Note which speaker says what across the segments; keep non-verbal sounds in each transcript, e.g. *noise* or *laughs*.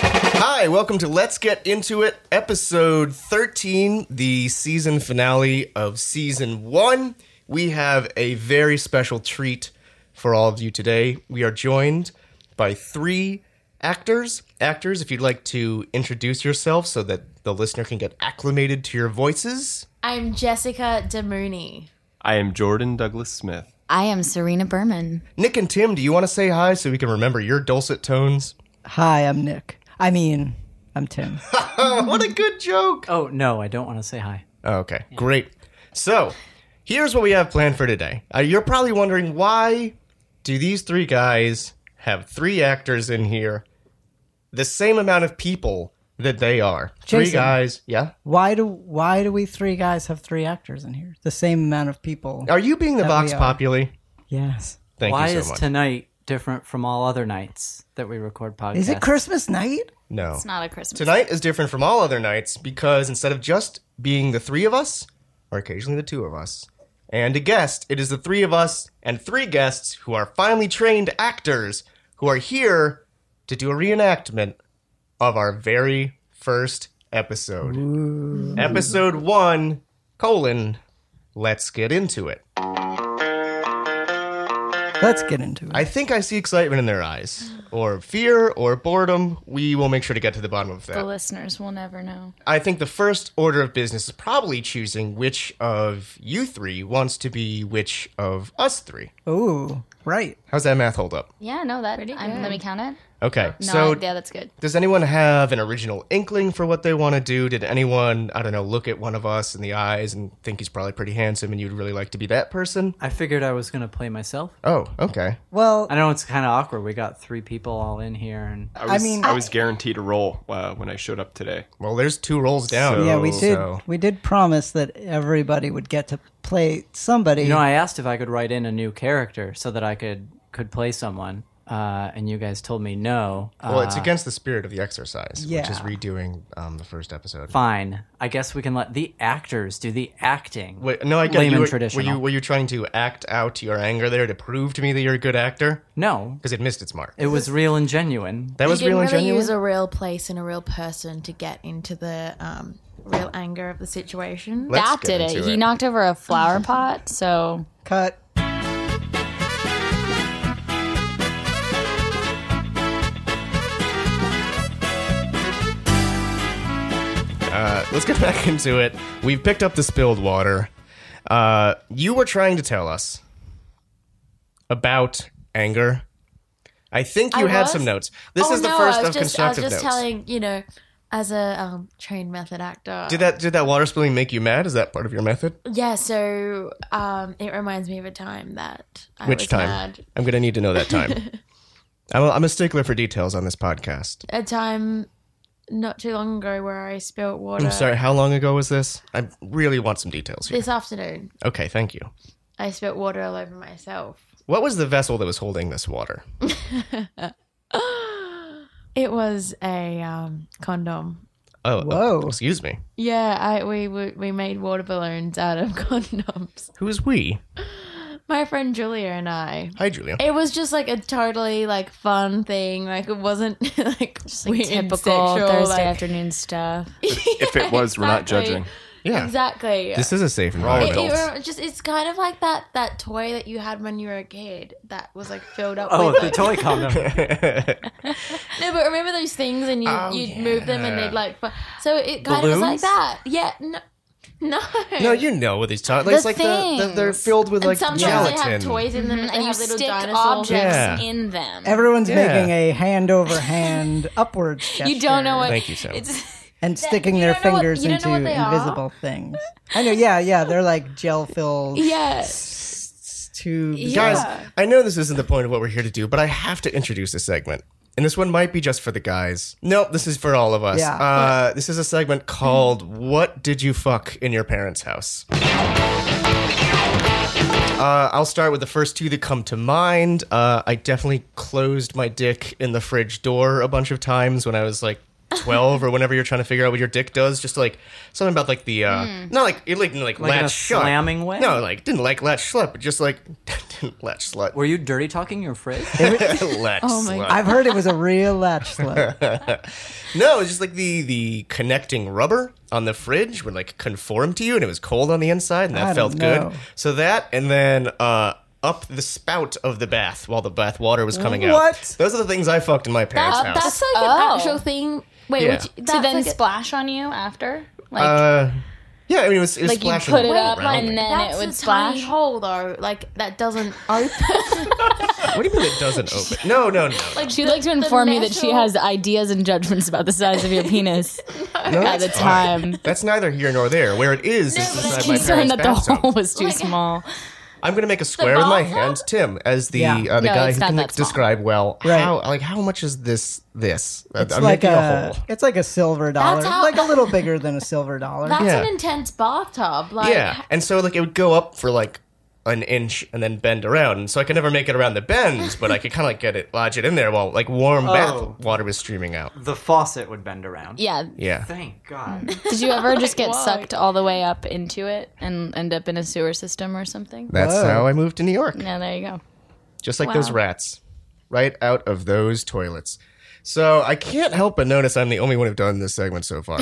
Speaker 1: Hi, welcome to Let's Get Into It, episode 13, the season finale of season one. We have a very special treat for all of you today. We are joined by three actors. Actors, if you'd like to introduce yourself so that the listener can get acclimated to your voices.
Speaker 2: I'm Jessica DeMooney.
Speaker 3: I am Jordan Douglas Smith.
Speaker 4: I am Serena Berman.
Speaker 1: Nick and Tim, do you want to say hi so we can remember your dulcet tones?
Speaker 5: Hi, I'm Nick. I mean, I'm Tim.
Speaker 1: Oh, what a good joke!
Speaker 6: Oh no, I don't want to say hi.
Speaker 1: Oh, okay, great. So, here's what we have planned for today. Uh, you're probably wondering why do these three guys have three actors in here, the same amount of people that they are? Three
Speaker 5: Jason.
Speaker 1: guys, yeah.
Speaker 5: Why do why do we three guys have three actors in here? The same amount of people.
Speaker 1: Are you being the vox
Speaker 5: are.
Speaker 1: populi?
Speaker 5: Yes.
Speaker 1: Thank
Speaker 6: Why
Speaker 1: you
Speaker 6: is
Speaker 1: so much.
Speaker 6: tonight different from all other nights that we record podcasts?
Speaker 5: Is it Christmas night?
Speaker 1: no,
Speaker 4: It's not a Christmas.
Speaker 1: tonight is different from all other nights because instead of just being the three of us, or occasionally the two of us, and a guest, it is the three of us and three guests who are finely trained actors who are here to do a reenactment of our very first episode. Episode one, colon, let's get into it.
Speaker 5: Let's get into it.
Speaker 1: I think I see excitement in their eyes, or fear, or boredom. We will make sure to get to the bottom of that.
Speaker 4: The listeners will never know.
Speaker 1: I think the first order of business is probably choosing which of you three wants to be which of us three.
Speaker 5: Ooh, right.
Speaker 1: How's that math hold up?
Speaker 4: Yeah, no, that. I'm, let me count it.
Speaker 1: Okay.
Speaker 4: No,
Speaker 1: so,
Speaker 4: yeah, that's good.
Speaker 1: does anyone have an original inkling for what they want to do? Did anyone, I don't know, look at one of us in the eyes and think he's probably pretty handsome and you'd really like to be that person?
Speaker 6: I figured I was gonna play myself.
Speaker 1: Oh, okay.
Speaker 5: Well,
Speaker 6: I know it's kind of awkward. We got three people all in here, and
Speaker 3: I, was,
Speaker 5: mean-
Speaker 3: I, was guaranteed a role uh, when I showed up today.
Speaker 1: Well, there's two rolls down.
Speaker 5: uh, yeah, we did
Speaker 1: so-
Speaker 5: we did promise that everybody would get to play somebody.
Speaker 6: you know, I asked if I could write in a new character so that I could could play someone, uh, and you guys told me no. Uh,
Speaker 1: Well, it's against the spirit of the exercise, which is
Speaker 5: yeah.
Speaker 1: redoing um, the first episode.
Speaker 6: fine. I guess we can let the actors do the acting.
Speaker 1: Wait, no, I get
Speaker 6: Lame
Speaker 1: you.
Speaker 6: and
Speaker 1: Were, were
Speaker 6: traditional.
Speaker 1: you were you trying to act out your anger there to prove to me that you're a good actor?
Speaker 6: no,
Speaker 1: because it missed its mark.
Speaker 6: it was real and genuine.
Speaker 1: that was
Speaker 2: you didn't
Speaker 1: real and
Speaker 2: really
Speaker 1: genuine.
Speaker 2: use a real place and a real person to get into the um, real anger of the situation.
Speaker 1: Let's
Speaker 4: that
Speaker 1: get
Speaker 4: did it.
Speaker 1: into
Speaker 4: He knocked over a *laughs* flower pot, so *laughs*
Speaker 5: Cut.
Speaker 1: Uh, let's get back into it. We've picked up the spilled water. Uh, you were trying to tell us about anger. I think you
Speaker 2: I
Speaker 1: had
Speaker 2: was?
Speaker 1: some notes. This
Speaker 2: oh
Speaker 1: is the
Speaker 2: no,
Speaker 1: first
Speaker 2: I was
Speaker 1: of
Speaker 2: just, I was
Speaker 1: constructive
Speaker 2: just
Speaker 1: notes.
Speaker 2: telling you know, as a um, trained method actor.
Speaker 1: did that did that water spilling make you mad? Is that part of your method?
Speaker 2: yeah, so um, it reminds me of a time that I
Speaker 1: Which
Speaker 2: was
Speaker 1: time?
Speaker 2: mad.
Speaker 1: I'm gonna need to know that
Speaker 2: *laughs*
Speaker 1: time. I'm a, I'm a stickler for details on this podcast.
Speaker 2: A time not too long ago where I spilt water.
Speaker 1: I'm sorry. How long ago was this? I really want some details here.
Speaker 2: This afternoon,
Speaker 1: Okay, thank you.
Speaker 2: I spilt water all over myself.
Speaker 1: What was the vessel that was holding this water?
Speaker 2: It was a um, condom.
Speaker 1: Oh,
Speaker 5: Whoa.
Speaker 1: oh, excuse me.
Speaker 2: Yeah, I, we were- we made water balloons out of *laughs* condoms.
Speaker 1: Who's we?
Speaker 2: My friend Julia and I.
Speaker 1: Hi, Julia.
Speaker 2: It was just like a totally like fun thing. Like it wasn't *laughs* like just
Speaker 4: like typical Thursday afternoon stuff.
Speaker 3: If
Speaker 2: *laughs*
Speaker 3: it was, we're not judging.
Speaker 1: Yeah.
Speaker 2: Exactly.
Speaker 1: This is a safe
Speaker 2: it,
Speaker 1: environment.
Speaker 2: it
Speaker 3: adults.
Speaker 2: rem- just it's kind of like that that toy that you had when you were a kid that was like filled up.
Speaker 6: *laughs* Oh,
Speaker 2: with,
Speaker 6: the
Speaker 2: like-
Speaker 6: toy condom.
Speaker 2: *laughs* No, but remember those things, and you
Speaker 1: Oh,
Speaker 2: you'd move them, and
Speaker 1: yeah.
Speaker 2: they'd like. fu- So it kind of was like
Speaker 1: Balloons?
Speaker 2: that. Yeah. No. No.
Speaker 1: no, you know what these talking.
Speaker 4: The
Speaker 1: It's like the, the, they're
Speaker 4: things.
Speaker 1: filled with like
Speaker 2: and sometimes
Speaker 1: gelatin.
Speaker 2: they have toys in them, and, they
Speaker 4: And you
Speaker 2: have little
Speaker 4: stick
Speaker 2: dinosaurs.
Speaker 4: objects
Speaker 1: Yeah.
Speaker 4: in them.
Speaker 5: Everyone's
Speaker 1: Yeah.
Speaker 5: making a hand over hand *laughs* upwards gesture
Speaker 4: you don't know what.
Speaker 1: Thank you, Sam.
Speaker 4: It's,
Speaker 5: and sticking
Speaker 2: you
Speaker 5: their
Speaker 2: don't know what-
Speaker 5: fingers
Speaker 2: you don't know
Speaker 5: into
Speaker 2: what they are?
Speaker 5: invisible things. I know, yeah, yeah, they're like gel
Speaker 2: *laughs*
Speaker 5: filled
Speaker 2: Yeah.
Speaker 5: tubes.
Speaker 1: Guys, I know this isn't the point of what we're here to do, but I have to introduce a segment. And this one might be just for the guys. Nope, this is for all of us.
Speaker 5: Yeah.
Speaker 1: Uh, This is a segment called What Did You Fuck in Your Parents' House? Uh, I'll start with the first two that come to mind. Uh, I definitely closed my dick in the fridge door a bunch of times when I was like 12 or whenever you're trying to figure out what your dick does. Just like something about like the, uh, not like, it like, like,
Speaker 6: Like in
Speaker 1: latch
Speaker 6: a
Speaker 1: shut.
Speaker 6: slamming way?
Speaker 1: No, like *laughs* didn't like latch shut, but just like Lech slut.
Speaker 6: Were you dirty talking your fridge?
Speaker 1: *laughs* Lech
Speaker 2: Oh
Speaker 1: slut.
Speaker 2: my God.
Speaker 5: I've heard it was a real
Speaker 1: *laughs*
Speaker 5: latch slut.
Speaker 1: No, it's just like the the connecting rubber on the fridge would like conform to you, and it was cold on the inside, and that
Speaker 5: I
Speaker 1: felt
Speaker 5: don't know.
Speaker 1: good. So that, and then uh, up the spout of the bath while the bath water was coming out.
Speaker 5: What?
Speaker 1: Those are the things I fucked in my parents'
Speaker 2: That-
Speaker 1: house.
Speaker 2: Uh, that's like
Speaker 4: Oh.
Speaker 2: an actual thing. Wait,
Speaker 1: Yeah.
Speaker 2: would you, that's
Speaker 4: to then
Speaker 2: like a-
Speaker 4: splash on you after? Like,
Speaker 1: Uh, yeah, I mean it was, it was
Speaker 4: like you
Speaker 1: splashing
Speaker 4: put it
Speaker 1: all
Speaker 4: up
Speaker 1: around me.
Speaker 4: and then
Speaker 2: that's a
Speaker 4: it would
Speaker 2: tiny
Speaker 4: splash.
Speaker 2: hole though. Like that doesn't open.
Speaker 1: What do you mean it doesn't open? No, no, no.
Speaker 2: like
Speaker 4: She'd like to inform you that she has ideas and judgments about the size *laughs* of your penis
Speaker 1: no
Speaker 4: at
Speaker 1: that's
Speaker 4: the
Speaker 1: fine.
Speaker 4: time.
Speaker 1: That's neither here nor there. Where it is is
Speaker 2: but
Speaker 1: inside
Speaker 2: it's
Speaker 1: my
Speaker 4: Concerned
Speaker 1: parents'
Speaker 4: that the
Speaker 1: bathtub.
Speaker 4: hole *laughs* was too
Speaker 2: Like-
Speaker 4: small.
Speaker 1: I'm gonna make a square with my
Speaker 2: balls
Speaker 1: hand, Tim, as the
Speaker 5: Yeah.
Speaker 1: uh, the
Speaker 4: No,
Speaker 1: guy
Speaker 4: it's
Speaker 1: who
Speaker 4: not
Speaker 1: can
Speaker 4: that
Speaker 1: like,
Speaker 4: small.
Speaker 1: describe well
Speaker 5: Right.
Speaker 1: how like how much is this this? Uh,
Speaker 5: It's like a,
Speaker 1: making
Speaker 5: it's like a silver dollar,
Speaker 2: how-
Speaker 5: like a little bigger than a silver
Speaker 2: *laughs*
Speaker 5: dollar.
Speaker 2: That's
Speaker 1: Yeah.
Speaker 2: an intense bathtub. Like
Speaker 1: Yeah, and so like it would go up for like an inch and then bend around, and so I could never make it around the bends, but I could kind of like get it lodge it in there while like warm
Speaker 6: Oh.
Speaker 1: bath water was streaming out.
Speaker 6: the faucet would bend around.
Speaker 4: Yeah.
Speaker 1: Yeah,
Speaker 6: Thank God.
Speaker 4: Did you ever
Speaker 2: *laughs*
Speaker 4: just get
Speaker 2: why?
Speaker 4: sucked all the way up into it and end up in a sewer system or something?
Speaker 1: that's
Speaker 5: Whoa.
Speaker 1: how I moved to New York.
Speaker 4: Yeah, there you go.
Speaker 1: just like those rats, right out of those toilets. So I can't help but notice I'm the only one who've done this segment so
Speaker 4: *laughs*
Speaker 1: far.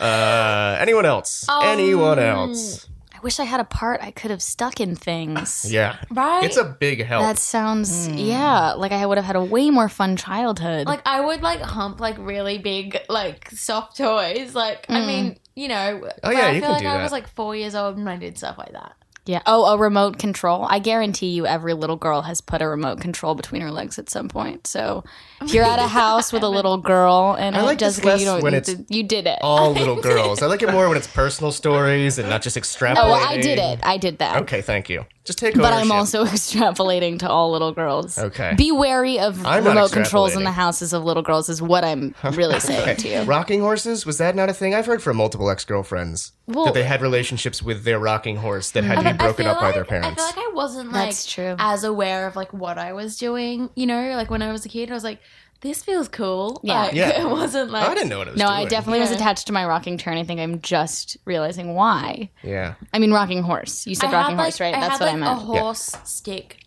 Speaker 1: uh, anyone else?
Speaker 4: Um,
Speaker 1: anyone else?
Speaker 4: I wish I had a part I could have stuck in
Speaker 1: *laughs*
Speaker 4: things.
Speaker 1: Yeah,
Speaker 2: Right?
Speaker 1: It's a big help.
Speaker 4: That sounds, yeah, like I would have had a way more fun childhood.
Speaker 2: Hmm. like I would like hump like really big like soft toys. Like I mean, you know.
Speaker 1: Oh,
Speaker 2: but
Speaker 1: yeah,
Speaker 2: I
Speaker 1: you
Speaker 2: feel
Speaker 1: can
Speaker 2: like
Speaker 1: do
Speaker 2: I
Speaker 1: that.
Speaker 2: was like four years old and I did stuff like that.
Speaker 4: yeah. Oh, a remote control. I guarantee you every little girl has put a remote control between her legs at some point. So if
Speaker 2: *laughs*
Speaker 4: you're at a house with a little girl and
Speaker 1: I
Speaker 4: it,
Speaker 1: like this
Speaker 4: Jessica,
Speaker 1: less
Speaker 4: you don't
Speaker 1: when
Speaker 4: you
Speaker 1: it's
Speaker 4: did- you did it. *laughs*
Speaker 1: all little girls. I like it more when it's personal stories and not just extrapolating.
Speaker 4: Oh, well, I did it. I did that.
Speaker 1: Okay, thank you. Just take
Speaker 4: But
Speaker 1: ownership.
Speaker 4: I'm also *laughs* extrapolating to all little girls.
Speaker 1: Oh, Okay.
Speaker 4: Be wary of
Speaker 1: I'm not
Speaker 4: remote controls in
Speaker 1: extrapolating.
Speaker 4: the houses of little girls, is
Speaker 1: *laughs*
Speaker 4: what I'm really saying to you.
Speaker 1: Rocking horses was that not a thing? I've heard from multiple ex-girlfriends
Speaker 4: Well- Mm.
Speaker 1: that they had relationships with their rocking horse that had to be
Speaker 2: But I
Speaker 1: broken
Speaker 2: feel
Speaker 1: up by their
Speaker 2: like- I
Speaker 1: parents.
Speaker 2: feel like I wasn't like
Speaker 4: That's true.
Speaker 2: as aware of like what I was doing. You know, like when I was a kid, I was like, "This feels cool."
Speaker 4: Yeah.
Speaker 2: Like, *laughs*
Speaker 1: Yeah.
Speaker 2: It wasn't like
Speaker 1: I didn't know what it was
Speaker 4: No,
Speaker 1: doing.
Speaker 4: I definitely was
Speaker 2: Yeah.
Speaker 4: attached to my rocking chair, and I think I'm just realizing why.
Speaker 1: Yeah.
Speaker 4: I mean, rocking horse. You said
Speaker 2: I
Speaker 4: rocking
Speaker 2: had,
Speaker 4: horse,
Speaker 2: like-
Speaker 4: right?
Speaker 2: I
Speaker 4: That's
Speaker 2: had,
Speaker 4: what I
Speaker 2: like,
Speaker 4: meant.
Speaker 2: A horse stick.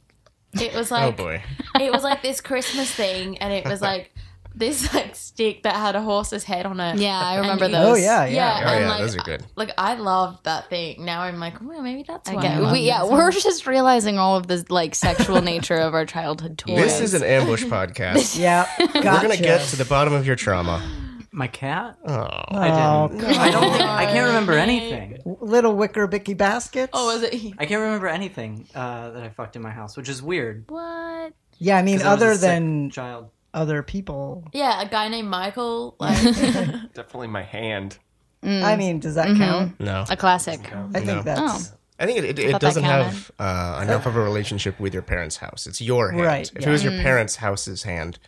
Speaker 2: It was
Speaker 1: Oh
Speaker 2: like
Speaker 1: boy.
Speaker 2: it was like this Christmas thing, and it was
Speaker 1: *laughs*
Speaker 2: like this like stick that had a horse's head on it.
Speaker 4: yeah, I remember
Speaker 2: And you-
Speaker 5: oh
Speaker 4: those.
Speaker 5: yeah,
Speaker 2: yeah.
Speaker 5: yeah.
Speaker 1: Oh
Speaker 2: and,
Speaker 1: yeah,
Speaker 2: like,
Speaker 1: those are good.
Speaker 2: Like I loved that thing. Now I'm like, well, maybe that's why. I
Speaker 4: Okay.
Speaker 2: love
Speaker 4: We, yeah, *laughs*
Speaker 2: this
Speaker 4: we're just realizing all of the like
Speaker 2: *laughs*
Speaker 4: sexual nature of our childhood toys.
Speaker 1: This is an ambush podcast.
Speaker 2: *laughs*
Speaker 5: *laughs* Yeah,
Speaker 1: We're gonna get to the bottom of your trauma.
Speaker 6: My cat?
Speaker 1: Oh.
Speaker 6: I
Speaker 5: Oh,
Speaker 6: didn't. I don't think, I can't remember anything.
Speaker 5: little wicker bicky baskets.
Speaker 2: Oh, was it?
Speaker 6: I can't remember anything uh, that I fucked in my house, which is weird.
Speaker 2: What?
Speaker 5: Yeah, I mean,
Speaker 6: 'cause I was a
Speaker 5: other
Speaker 6: sick
Speaker 5: than
Speaker 6: child.
Speaker 5: other people.
Speaker 2: Yeah, a guy named
Speaker 4: *laughs*
Speaker 2: Michael. Like,
Speaker 3: Definitely my hand.
Speaker 2: Mm.
Speaker 5: I mean, does that
Speaker 2: Mm-hmm.
Speaker 5: count?
Speaker 1: No.
Speaker 4: a classic.
Speaker 5: I think
Speaker 1: No.
Speaker 4: Oh,
Speaker 5: that's
Speaker 2: Oh.
Speaker 1: I think it, it,
Speaker 4: that
Speaker 1: it doesn't
Speaker 4: counted.
Speaker 1: have uh, enough of a relationship with your parents' house. It's your hand.
Speaker 5: Right,
Speaker 1: If
Speaker 5: yeah.
Speaker 1: it was your parents' house's hand,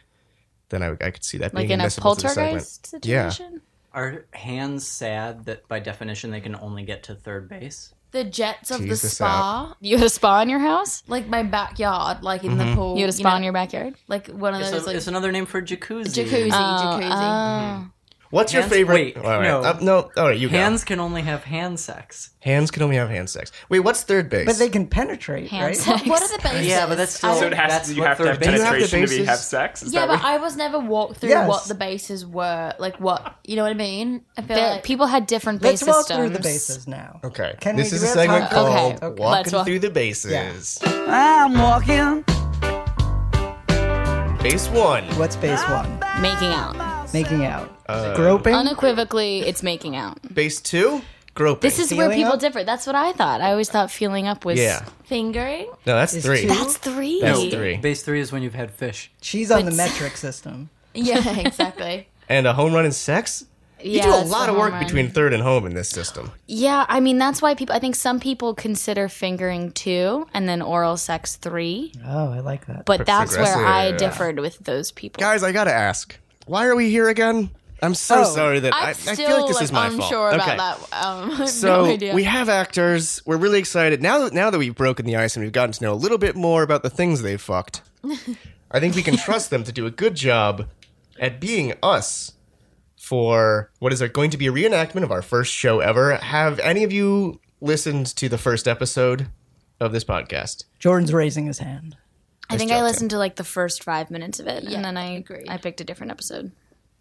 Speaker 1: then I, I could see that
Speaker 4: Like
Speaker 1: being
Speaker 4: in a
Speaker 1: admissible to the
Speaker 4: poltergeist
Speaker 1: segment. Yeah.
Speaker 4: situation?
Speaker 6: Are hands sad that by definition they can only get to third base?
Speaker 2: the jets of
Speaker 1: Tease
Speaker 2: the
Speaker 1: this
Speaker 2: spa,
Speaker 4: You had a spa in your house?
Speaker 2: like my backyard, like in
Speaker 1: Mm-hmm.
Speaker 2: the pool.
Speaker 4: You had a spa
Speaker 2: know,
Speaker 4: in your backyard?
Speaker 2: like one of
Speaker 6: It's,
Speaker 2: those
Speaker 6: a-
Speaker 2: like
Speaker 6: it's another name for jacuzzi.
Speaker 2: jacuzzi,
Speaker 4: Oh,
Speaker 2: jacuzzi.
Speaker 1: What's your
Speaker 6: Hands-
Speaker 1: favorite?
Speaker 6: wait,
Speaker 1: all right.
Speaker 6: no.
Speaker 1: Uh, no. All right, you go.
Speaker 6: Hands can only have hand sex.
Speaker 1: Hands can only have hand sex. Wait, what's third base?
Speaker 5: But they can penetrate,
Speaker 4: Hand
Speaker 5: right?
Speaker 4: sex.
Speaker 2: *laughs* What are the bases?
Speaker 6: Yeah, but that's still
Speaker 2: I-
Speaker 3: So it has
Speaker 6: that's
Speaker 3: you
Speaker 6: what
Speaker 3: have to
Speaker 6: third
Speaker 3: have
Speaker 6: base is.
Speaker 1: You have the
Speaker 3: penetration to be
Speaker 1: bases?
Speaker 3: have sex. Is
Speaker 2: yeah,
Speaker 3: that
Speaker 2: but
Speaker 3: what-
Speaker 2: I was never walked through
Speaker 5: Yes.
Speaker 2: what the bases were, like what you know what I mean. I feel
Speaker 4: The-
Speaker 2: like
Speaker 4: people had different
Speaker 5: *laughs* Let's
Speaker 4: base
Speaker 5: walk
Speaker 4: systems.
Speaker 5: through the bases now.
Speaker 1: okay.
Speaker 5: Can
Speaker 1: this
Speaker 5: we
Speaker 1: is
Speaker 5: do
Speaker 1: a
Speaker 5: it?
Speaker 1: segment
Speaker 5: Okay.
Speaker 1: called
Speaker 5: Okay.
Speaker 1: "Walking
Speaker 4: Let's walk-
Speaker 1: Through the Bases."
Speaker 7: I'm walking.
Speaker 1: Base one.
Speaker 5: What's base one?
Speaker 4: Making out.
Speaker 5: Making out,
Speaker 1: Uh,
Speaker 5: groping.
Speaker 4: Unequivocally, it's making out.
Speaker 1: Base two. Groping.
Speaker 4: This is where
Speaker 5: Feeling
Speaker 4: people
Speaker 5: up?
Speaker 4: differ. That's what I thought. I always thought feeling up was.
Speaker 1: yeah.
Speaker 2: fingering.
Speaker 1: No, that's
Speaker 5: Is
Speaker 1: three.
Speaker 5: two-
Speaker 4: That's three.
Speaker 1: That's three.
Speaker 6: Base three is when you've had fish.
Speaker 5: She's on the metric system.
Speaker 2: *laughs* Yeah, exactly.
Speaker 1: And a home run in sex. You
Speaker 4: Yeah,
Speaker 1: do a
Speaker 4: that's
Speaker 1: lot
Speaker 4: the
Speaker 1: of work
Speaker 4: home run.
Speaker 1: between third and home in this system.
Speaker 4: Yeah, I mean that's why people. I think some people consider fingering two and then oral sex three,
Speaker 5: Oh, I like that.
Speaker 4: but that's where I
Speaker 1: progressive.
Speaker 4: differed with those people.
Speaker 1: Guys, I gotta ask, why are we here again? I'm so
Speaker 5: Oh,
Speaker 1: sorry that I, I
Speaker 2: I'm still
Speaker 1: feel like this is my
Speaker 2: unsure
Speaker 1: fault. okay.
Speaker 2: about that. Um, *laughs* I have
Speaker 1: So
Speaker 2: no idea.
Speaker 1: we have actors. We're really excited now. Now that we've broken the ice and we've gotten to know a little bit more about the things they've fucked, I think we can trust them to do a good job at being us for what is going to be a reenactment of our first show ever. Have any of you listened to the first episode of this podcast.
Speaker 5: Jordan's raising his hand.
Speaker 4: I think
Speaker 1: job,
Speaker 4: I
Speaker 1: Tim.
Speaker 4: listened to like the first five minutes of it, and then I
Speaker 2: agreed.
Speaker 4: I picked a different episode.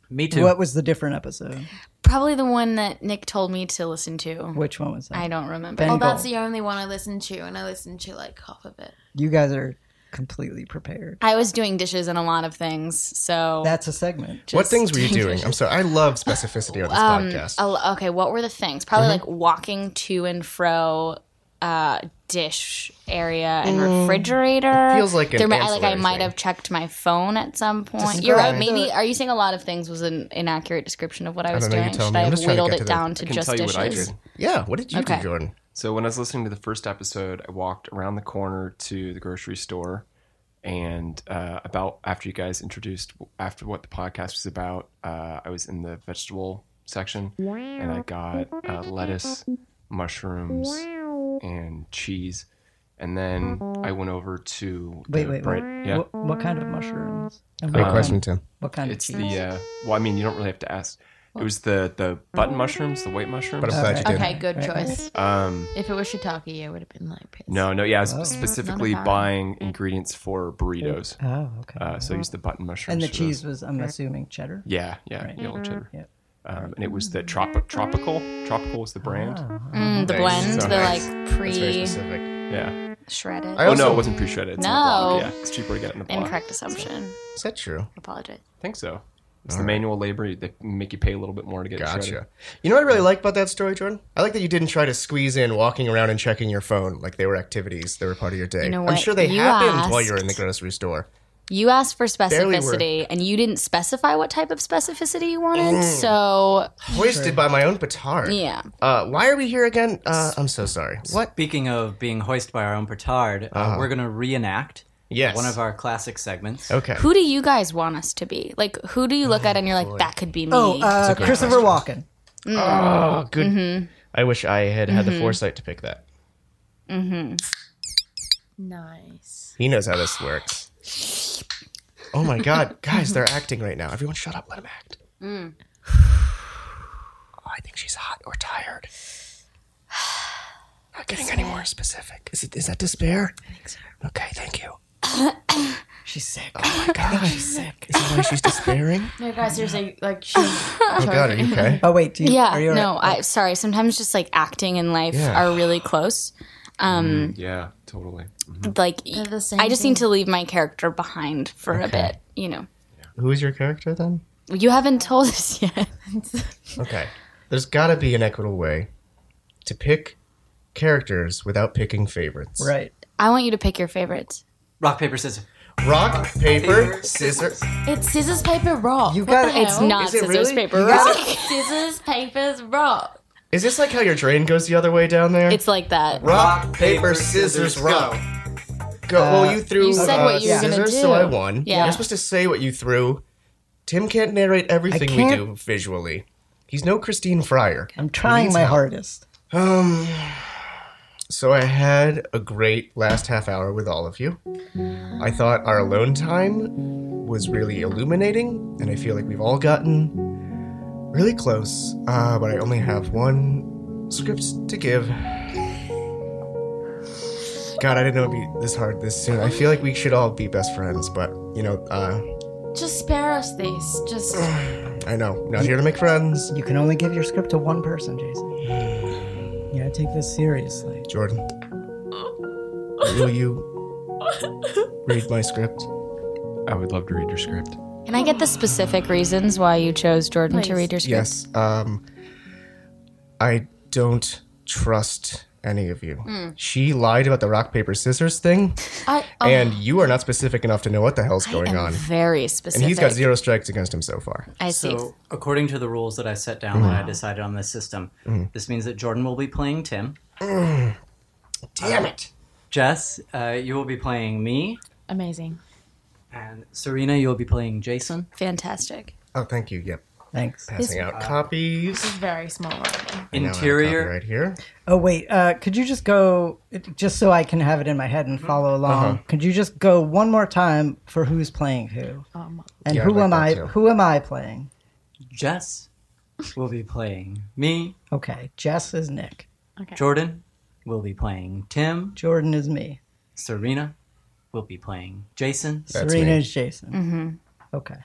Speaker 6: Me too.
Speaker 5: What was the different episode?
Speaker 4: Probably the one that Nick told me to listen to.
Speaker 5: Which one was that?
Speaker 4: I don't remember.
Speaker 5: Ben
Speaker 2: Well,
Speaker 5: Gold.
Speaker 2: that's the only one I listened to, and I listened to like half of it.
Speaker 5: You guys are completely prepared.
Speaker 4: I was doing dishes and a lot of things, so
Speaker 5: That's a segment.
Speaker 1: what things were you doing? I'm sorry. I love specificity on this podcast.
Speaker 4: Oh, okay, what were the things? Probably like
Speaker 1: Mm-hmm.
Speaker 4: walking to and fro, uh, dish area and refrigerator.
Speaker 1: Mm. feels like an
Speaker 4: There mi- I, like I
Speaker 1: ancillary
Speaker 4: might
Speaker 1: thing.
Speaker 4: have checked my phone at some point. You're right.
Speaker 1: Describe
Speaker 4: Maybe are you saying a lot of things was an inaccurate description of what I was
Speaker 1: know, you
Speaker 4: doing?
Speaker 1: tell
Speaker 4: Should
Speaker 1: me.
Speaker 4: I
Speaker 1: I'm
Speaker 4: have
Speaker 1: just trying to
Speaker 4: whittled
Speaker 1: get
Speaker 4: it
Speaker 1: to the-
Speaker 4: down to
Speaker 3: I can
Speaker 4: just
Speaker 3: tell you
Speaker 4: dishes?
Speaker 3: what I did.
Speaker 1: yeah. What did you
Speaker 4: okay.
Speaker 1: do, Jordan?
Speaker 3: So when I was listening to the first episode, I walked around the corner to the grocery store, and uh, about after you guys introduced after what the podcast was about, uh, I was in the vegetable section, and I got uh, lettuce, mushrooms, and cheese, and then I went over to
Speaker 5: Wait,
Speaker 3: the
Speaker 5: wait,
Speaker 3: bread-
Speaker 5: wait.
Speaker 3: Yeah,
Speaker 5: What, what kind of mushrooms? And
Speaker 1: Great
Speaker 5: what
Speaker 1: question,
Speaker 5: kind-
Speaker 1: Tim.
Speaker 5: What kind
Speaker 3: it's
Speaker 5: of cheese?
Speaker 3: the uh, well. I mean, you don't really have to ask. It was the the button mushrooms, the white mushrooms.
Speaker 1: But I'm glad you did.
Speaker 2: Okay, good choice.
Speaker 1: Uh,
Speaker 3: Um,
Speaker 2: If it was shiitake, I would have been like pissed.
Speaker 3: no, no, yeah, I was specifically
Speaker 2: bad.
Speaker 3: buying ingredients for burritos.
Speaker 5: Oh, okay.
Speaker 3: Uh, so I used the button mushrooms.
Speaker 5: and the
Speaker 3: for
Speaker 5: cheese
Speaker 3: those.
Speaker 5: was, I'm assuming, cheddar.
Speaker 3: Yeah, yeah, yellow cheddar.
Speaker 5: Yep.
Speaker 3: Um, and it was the trop- tropical. Tropical was the brand.
Speaker 4: Mm, the
Speaker 1: Nice.
Speaker 4: blend,
Speaker 1: So
Speaker 4: the
Speaker 1: nice.
Speaker 4: like
Speaker 1: That's very
Speaker 4: pre
Speaker 1: specific.
Speaker 3: Yeah.
Speaker 4: shredded.
Speaker 1: I
Speaker 3: Oh
Speaker 1: also-
Speaker 3: no, it wasn't pre-shredded. It's in the
Speaker 4: No.
Speaker 3: block. Yeah, it's cheaper to get it in the block.
Speaker 4: Incorrect assumption.
Speaker 1: *laughs* Is that true?
Speaker 4: Apologize.
Speaker 3: I think so. It's the manual labor. They make you pay a little bit more to get it
Speaker 1: Gotcha.
Speaker 3: shredded.
Speaker 1: You know what I really like about that story, Jordan? I like that you didn't try to squeeze in walking around and checking your phone like they were activities that were part of your day.
Speaker 4: know
Speaker 1: I'm
Speaker 4: what?
Speaker 1: sure they
Speaker 4: You
Speaker 1: happened while you were
Speaker 4: asked.
Speaker 1: in the grocery store.
Speaker 4: You asked for
Speaker 1: Barely were.
Speaker 4: specificity, and you didn't specify what type of specificity you wanted.
Speaker 1: Mm.
Speaker 4: So
Speaker 1: Hoisted by my own petard.
Speaker 4: yeah,
Speaker 1: Uh, why are we here again? Uh, I'm so sorry. What?
Speaker 6: Speaking of being hoisted by our own petard, uh, we're going to reenact
Speaker 1: Uh-huh. Yes.
Speaker 6: one of our classic segments.
Speaker 1: Okay.
Speaker 4: who do you guys want us to be? Like, who do you look at and you're like, that could be me?
Speaker 5: Oh, uh,
Speaker 1: great
Speaker 5: Christopher Walken.
Speaker 1: Oh, good. I wish I had had
Speaker 4: Mm-hmm.
Speaker 1: the foresight to pick that.
Speaker 2: Nice.
Speaker 1: He knows how this works. Oh my *sighs* god, guys, they're acting right now. Everyone shut up, let them act. Mm. Oh, *sighs* I think she's hot or *sighs* tired. Not getting any more specific. Is it is that despair? I think so. Okay, thank *laughs* you.
Speaker 5: She's sick.
Speaker 1: Oh my god. she's sick. Is that why she's *laughs* despairing?
Speaker 2: No, guys, seriously, like she.
Speaker 1: oh god, are you okay?
Speaker 5: Oh, wait. Do you,
Speaker 4: yeah,
Speaker 5: Are you
Speaker 4: no, I sorry. Sometimes just like acting and life
Speaker 1: Yeah.
Speaker 4: are really close.
Speaker 3: Yeah, totally.
Speaker 4: Like,
Speaker 2: the same
Speaker 4: I just
Speaker 2: thing.
Speaker 4: need to leave my character behind for a bit. You know,
Speaker 1: Who is your character then?
Speaker 4: you haven't told us *laughs* yet.
Speaker 1: Okay. There's gotta be an equitable way to pick characters without picking favorites.
Speaker 5: Right.
Speaker 4: I want you to pick your favorites.
Speaker 6: Rock, paper, scissors.
Speaker 1: Rock, paper, scissors.
Speaker 2: It's *laughs* scissors, paper, rock.
Speaker 5: You got
Speaker 4: It's not
Speaker 1: Is it
Speaker 4: scissors,
Speaker 1: really?
Speaker 4: paper, rock.
Speaker 2: scissors, papers, rock.
Speaker 1: Is this like how your drain goes the other way down there?
Speaker 4: It's like that.
Speaker 1: rock, paper, scissors, rock. Go. well, you threw
Speaker 4: You said
Speaker 1: uh,
Speaker 4: what you were gonna
Speaker 1: scissors,
Speaker 4: do.
Speaker 1: so I won.
Speaker 4: Yeah.
Speaker 1: You're supposed to say what you threw. Tim can't narrate everything we do visually. He's no Christine Fryer.
Speaker 5: I'm trying my hardest.
Speaker 1: Um. So I had a great last half hour with all of you. I thought our alone time was really illuminating, and I feel like we've all gotten really close. Uh, but I only have one script to give. God, I didn't know it'd be this hard this soon. I feel like we should all be best friends, but you know, uh,
Speaker 2: Just spare us these.
Speaker 1: *sighs*
Speaker 2: Just
Speaker 1: I know, not here to make friends.
Speaker 5: You can only give your script to one person, Jason. You gotta take this seriously.
Speaker 1: Jordan, will you read my script?
Speaker 3: I would love to read your script.
Speaker 4: Can I get the specific reasons why you chose Jordan to read your script?
Speaker 1: Yes. Um, I don't trust any of you.
Speaker 4: Hmm.
Speaker 1: She lied about the rock paper scissors thing,
Speaker 2: I. Oh,
Speaker 1: and you are not specific enough to know what the hell's
Speaker 4: I
Speaker 1: going
Speaker 4: am
Speaker 1: on.
Speaker 4: very
Speaker 1: And
Speaker 4: specific.
Speaker 1: he's got zero strikes against him so far.
Speaker 4: I see.
Speaker 6: So, according to the rules that I set down when
Speaker 1: Mm.
Speaker 6: I decided on this system, this means that Jordan will be playing Tim.
Speaker 1: Mm. Damn it!
Speaker 6: Jess, uh, you will be playing me.
Speaker 2: amazing.
Speaker 6: And Serena, you will be playing Jason.
Speaker 4: Fantastic.
Speaker 1: Oh, thank you. Yep,
Speaker 5: Thanks.
Speaker 1: passing out copies.
Speaker 2: Very small.
Speaker 1: Now
Speaker 2: writing.
Speaker 1: I have a copy
Speaker 6: Interior,
Speaker 1: right here.
Speaker 5: Oh, wait. Uh, could you just go, just so I can have it in my head and
Speaker 1: Mm-hmm.
Speaker 5: follow along,
Speaker 1: Uh-huh.
Speaker 5: could you just go one more time for who's playing who?
Speaker 2: Um,
Speaker 5: And
Speaker 1: Yeah, I'd
Speaker 5: who
Speaker 1: like
Speaker 5: am
Speaker 1: that
Speaker 5: I?
Speaker 1: too.
Speaker 5: Who am I playing?
Speaker 6: Jess will be playing me.
Speaker 5: Okay, Jess is Nick.
Speaker 6: Jordan will be playing Tim.
Speaker 5: Jordan is me.
Speaker 6: Serena will be playing Jason.
Speaker 1: That's
Speaker 5: Serena
Speaker 1: me.
Speaker 5: is Jason. Okay.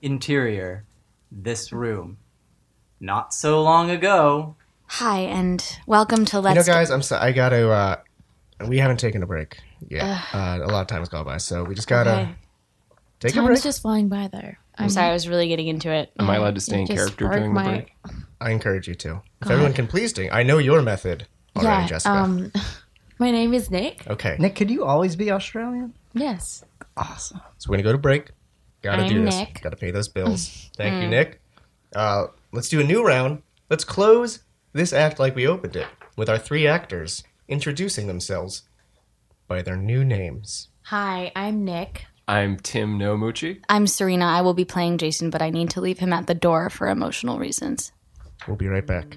Speaker 6: Interior, this room. Not so long ago,
Speaker 4: Hi, and welcome to
Speaker 1: You know,
Speaker 4: Let's.
Speaker 1: guys, I'm sorry. I gotta. Uh, we haven't taken a break yet. Uh, a lot of time has gone by, so we just gotta
Speaker 4: Okay.
Speaker 1: take a break.
Speaker 2: Time's just flying by, though.
Speaker 4: I'm sorry, I was really getting into it.
Speaker 3: Am I allowed to stay in
Speaker 2: just
Speaker 3: character
Speaker 2: broke
Speaker 3: during the
Speaker 2: my-
Speaker 3: break?
Speaker 1: I encourage you to. If everyone can please do. I know your method already, Jessica.
Speaker 2: Um, *laughs* my name is Nick.
Speaker 1: okay,
Speaker 5: Nick, could you always be Australian?
Speaker 2: Yes.
Speaker 5: Awesome.
Speaker 1: so we're gonna go to break. Gotta
Speaker 2: I'm
Speaker 1: do this.
Speaker 2: Nick.
Speaker 1: Gotta pay those bills. Thank you, Nick. Uh, let's do a new round. Let's close this act like we opened it with our three actors introducing themselves by their new names.
Speaker 2: Hi, I'm Nick.
Speaker 3: I'm Tim Nomuchi.
Speaker 4: I'm Serena. I will be playing Jason, but I need to leave him at the door for emotional reasons.
Speaker 1: We'll be right back.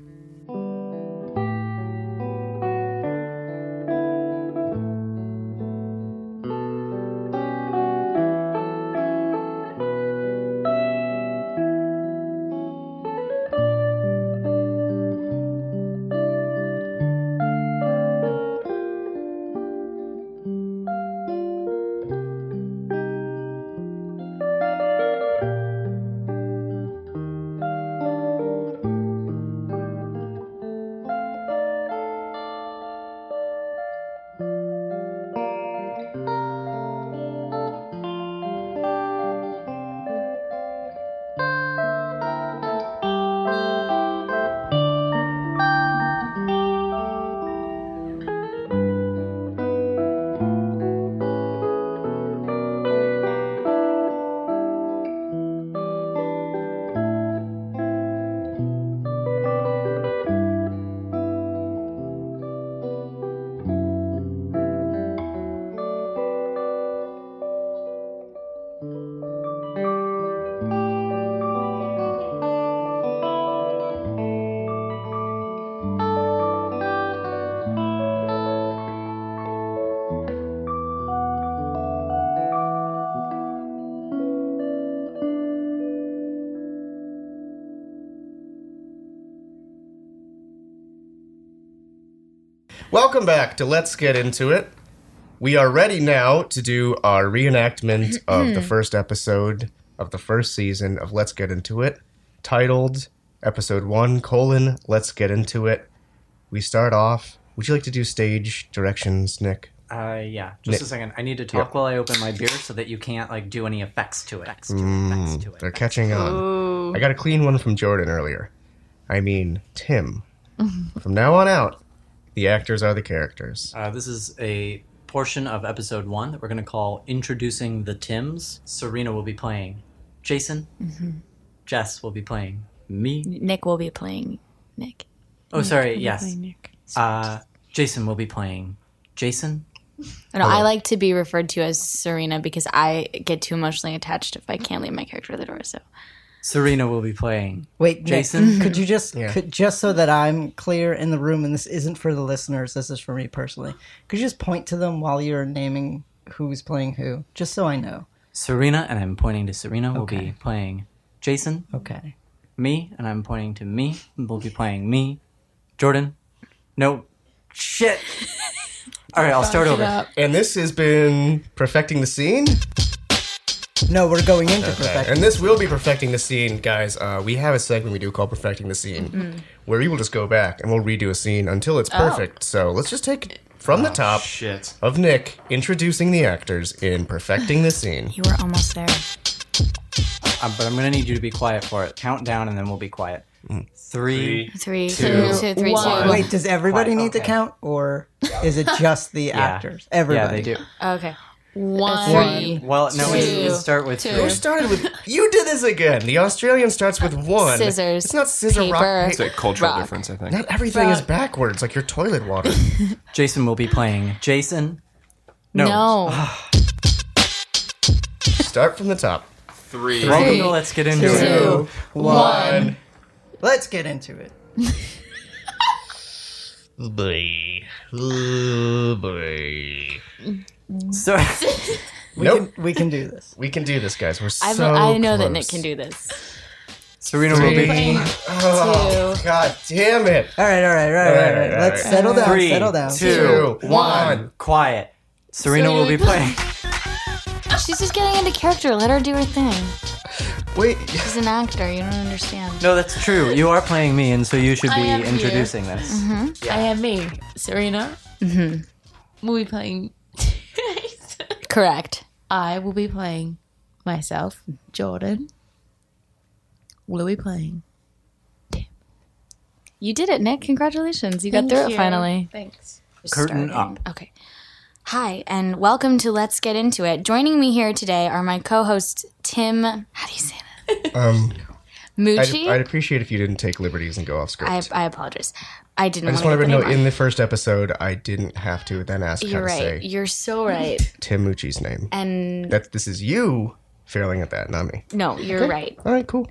Speaker 1: Welcome back to Let's Get Into It. We are ready now to do our reenactment of the first episode of the first season of Let's Get Into It, titled Episode 1, colon, Let's Get Into It. We start off. Would you like to do stage directions, Nick?
Speaker 6: Uh, yeah. Just a second. I need to talk while I open my beer so that you can't like do any effects to it. Effects to it. Effects to
Speaker 1: They're
Speaker 6: it.
Speaker 1: catching on. I got a clean one from Jordan earlier. I mean, Tim. from now on out, the actors are the characters.
Speaker 6: Uh, this is a portion of episode one that we're going to call "Introducing the Tims." Serena will be playing Jason. Jess will be playing me.
Speaker 4: Nick will be playing Nick.
Speaker 6: Oh, sorry. Yes.
Speaker 2: Hi, Nick.
Speaker 6: Uh, Jason will be playing Jason.
Speaker 4: No, I like to be referred to as Serena because I get too emotionally attached if I can't leave my character at the door. So
Speaker 6: Serena will be playing.
Speaker 5: Wait, Nick, *laughs*
Speaker 6: Jason?
Speaker 5: could you just could, just so that I'm clear in the room, and this isn't for the listeners, this is for me personally. Could you just point to them while you're naming who's playing who, just so I know?
Speaker 6: Serena, and I'm pointing to Serena, will be playing Jason.
Speaker 5: Okay.
Speaker 6: Me, and I'm pointing to me, will be playing me. Jordan. No. Shit. All right, I'll start over.
Speaker 1: And this has been Perfecting the Scene.
Speaker 5: No, we're going into perfection.
Speaker 1: And this will be perfecting the scene, guys. Uh, we have a segment we do called perfecting the scene,
Speaker 4: Mm.
Speaker 1: where we will just go back and we'll redo a scene until
Speaker 4: Oh.
Speaker 1: it's perfect. So let's just take it from the top
Speaker 3: Oh, Shit.
Speaker 1: of Nick introducing the actors in perfecting the scene.
Speaker 4: *laughs* you were almost there.
Speaker 6: Um, but I'm gonna need you to be quiet for it. Count down, and then we'll be quiet.
Speaker 5: Mm.
Speaker 6: Three.
Speaker 4: Three,
Speaker 6: Two,
Speaker 4: two, two, three,
Speaker 6: one.
Speaker 4: two.
Speaker 5: Wait, does everybody
Speaker 6: Why,
Speaker 5: need to
Speaker 6: okay.
Speaker 5: count, or is it just the actors? Everybody.
Speaker 6: Yeah, they do.
Speaker 4: Okay.
Speaker 2: One.
Speaker 4: Three.
Speaker 6: Well, no, we
Speaker 4: Two.
Speaker 6: we start with
Speaker 1: Who
Speaker 6: three.
Speaker 1: started
Speaker 4: *laughs*
Speaker 1: with? You did this again. The Australian starts with one.
Speaker 4: Scissors,
Speaker 1: It's not scissor rock.
Speaker 4: paper.
Speaker 1: pa-
Speaker 3: It's a cultural
Speaker 4: Rock.
Speaker 3: difference, I think.
Speaker 1: Not everything is backwards, like your toilet
Speaker 4: *laughs*
Speaker 1: water.
Speaker 6: Jason will be playing Jason. No.
Speaker 4: No.
Speaker 1: Start from the top.
Speaker 3: Three.
Speaker 6: Welcome to Let's Get Into It.
Speaker 4: Two.
Speaker 1: One.
Speaker 5: Let's get into it.
Speaker 1: Boy. Oh, boy.
Speaker 6: So,
Speaker 1: Nope.
Speaker 5: We can do this.
Speaker 1: We can do this, guys. We're
Speaker 4: I,
Speaker 1: Ah, so.
Speaker 4: I know that
Speaker 1: close.
Speaker 4: Nick can do this.
Speaker 3: Serena will be.
Speaker 4: Three,
Speaker 1: Oh, God damn it.
Speaker 5: All right, all right, all right, all right. All right. Let's
Speaker 1: all right.
Speaker 5: settle down.
Speaker 6: Three,
Speaker 5: settle down.
Speaker 6: two,
Speaker 1: Two, one.
Speaker 6: one. Quiet. Serena will be playing.
Speaker 4: She's just getting into character. Let her do her thing.
Speaker 1: Wait.
Speaker 4: She's an actor. You don't understand.
Speaker 6: No, that's true. You are playing me, and so you should
Speaker 2: I
Speaker 6: be
Speaker 2: am here.
Speaker 6: introducing this.
Speaker 2: I am me, Serena. Mm-hmm. Will be playing. *laughs*
Speaker 4: Correct.
Speaker 2: I will be playing myself, Jordan. Will be playing.
Speaker 4: You did it, Nick. Congratulations. You got
Speaker 2: Thank
Speaker 4: through
Speaker 2: you.
Speaker 4: it finally.
Speaker 2: Thanks.
Speaker 6: Curtain
Speaker 4: Starting.
Speaker 6: up.
Speaker 4: Okay. Hi, and welcome to Let's Get Into It. Joining me here today are my co host, Tim. How do you say that?
Speaker 1: Um, I'd,
Speaker 4: Mucci?
Speaker 1: I'd appreciate if you didn't take liberties and go off script.
Speaker 4: I, I apologize. I didn't
Speaker 1: I just
Speaker 4: want
Speaker 1: want
Speaker 4: to
Speaker 1: everyone to
Speaker 4: get the
Speaker 1: know
Speaker 4: name
Speaker 1: in the first episode, I didn't have to then ask
Speaker 4: wrong.
Speaker 1: how
Speaker 4: You're
Speaker 1: to say
Speaker 4: right. You're so right.
Speaker 1: Tim Mucci's name.
Speaker 4: And
Speaker 1: That This is you failing at that, not me.
Speaker 4: no, you're right.
Speaker 1: All right, cool.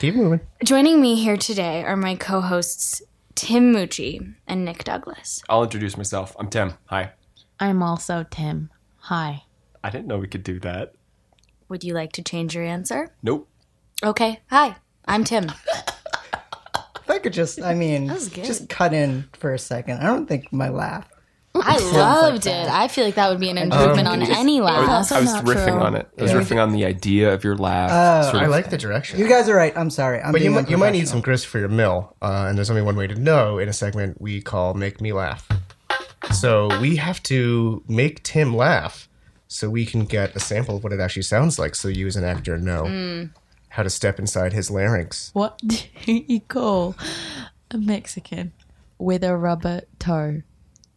Speaker 1: Keep moving.
Speaker 4: Joining me here today are my co hosts, Tim Mucci and Nick Douglas.
Speaker 3: I'll introduce myself. I'm Tim. Hi.
Speaker 2: I'm also Tim. Hi.
Speaker 3: I didn't know we could do that.
Speaker 4: Would you like to change your answer?
Speaker 3: Nope.
Speaker 4: Okay. Hi, I'm Tim.
Speaker 5: If I could just, I mean,
Speaker 4: was good.
Speaker 5: just cut in for a second. I don't think my laugh.
Speaker 4: I loved it. I feel like that would be an improvement on any laugh.
Speaker 3: I was
Speaker 2: not
Speaker 3: riffing
Speaker 2: true.
Speaker 3: on it. I was riffing on the idea of your laugh. sort
Speaker 1: I
Speaker 3: of-
Speaker 1: like the direction.
Speaker 5: You guys are right. I'm sorry. I'm
Speaker 1: but you,
Speaker 5: being
Speaker 1: might, you might need
Speaker 5: unprofessional.
Speaker 1: some grist for your mill, uh, and there's only one way to know in a segment we call Make Me Laugh. So we have to make Tim laugh so we can get a sample of what it actually sounds like so you as an actor know
Speaker 5: Mm.
Speaker 1: how to step inside his larynx.
Speaker 2: What *laughs* do you call a Mexican with a rubber toe?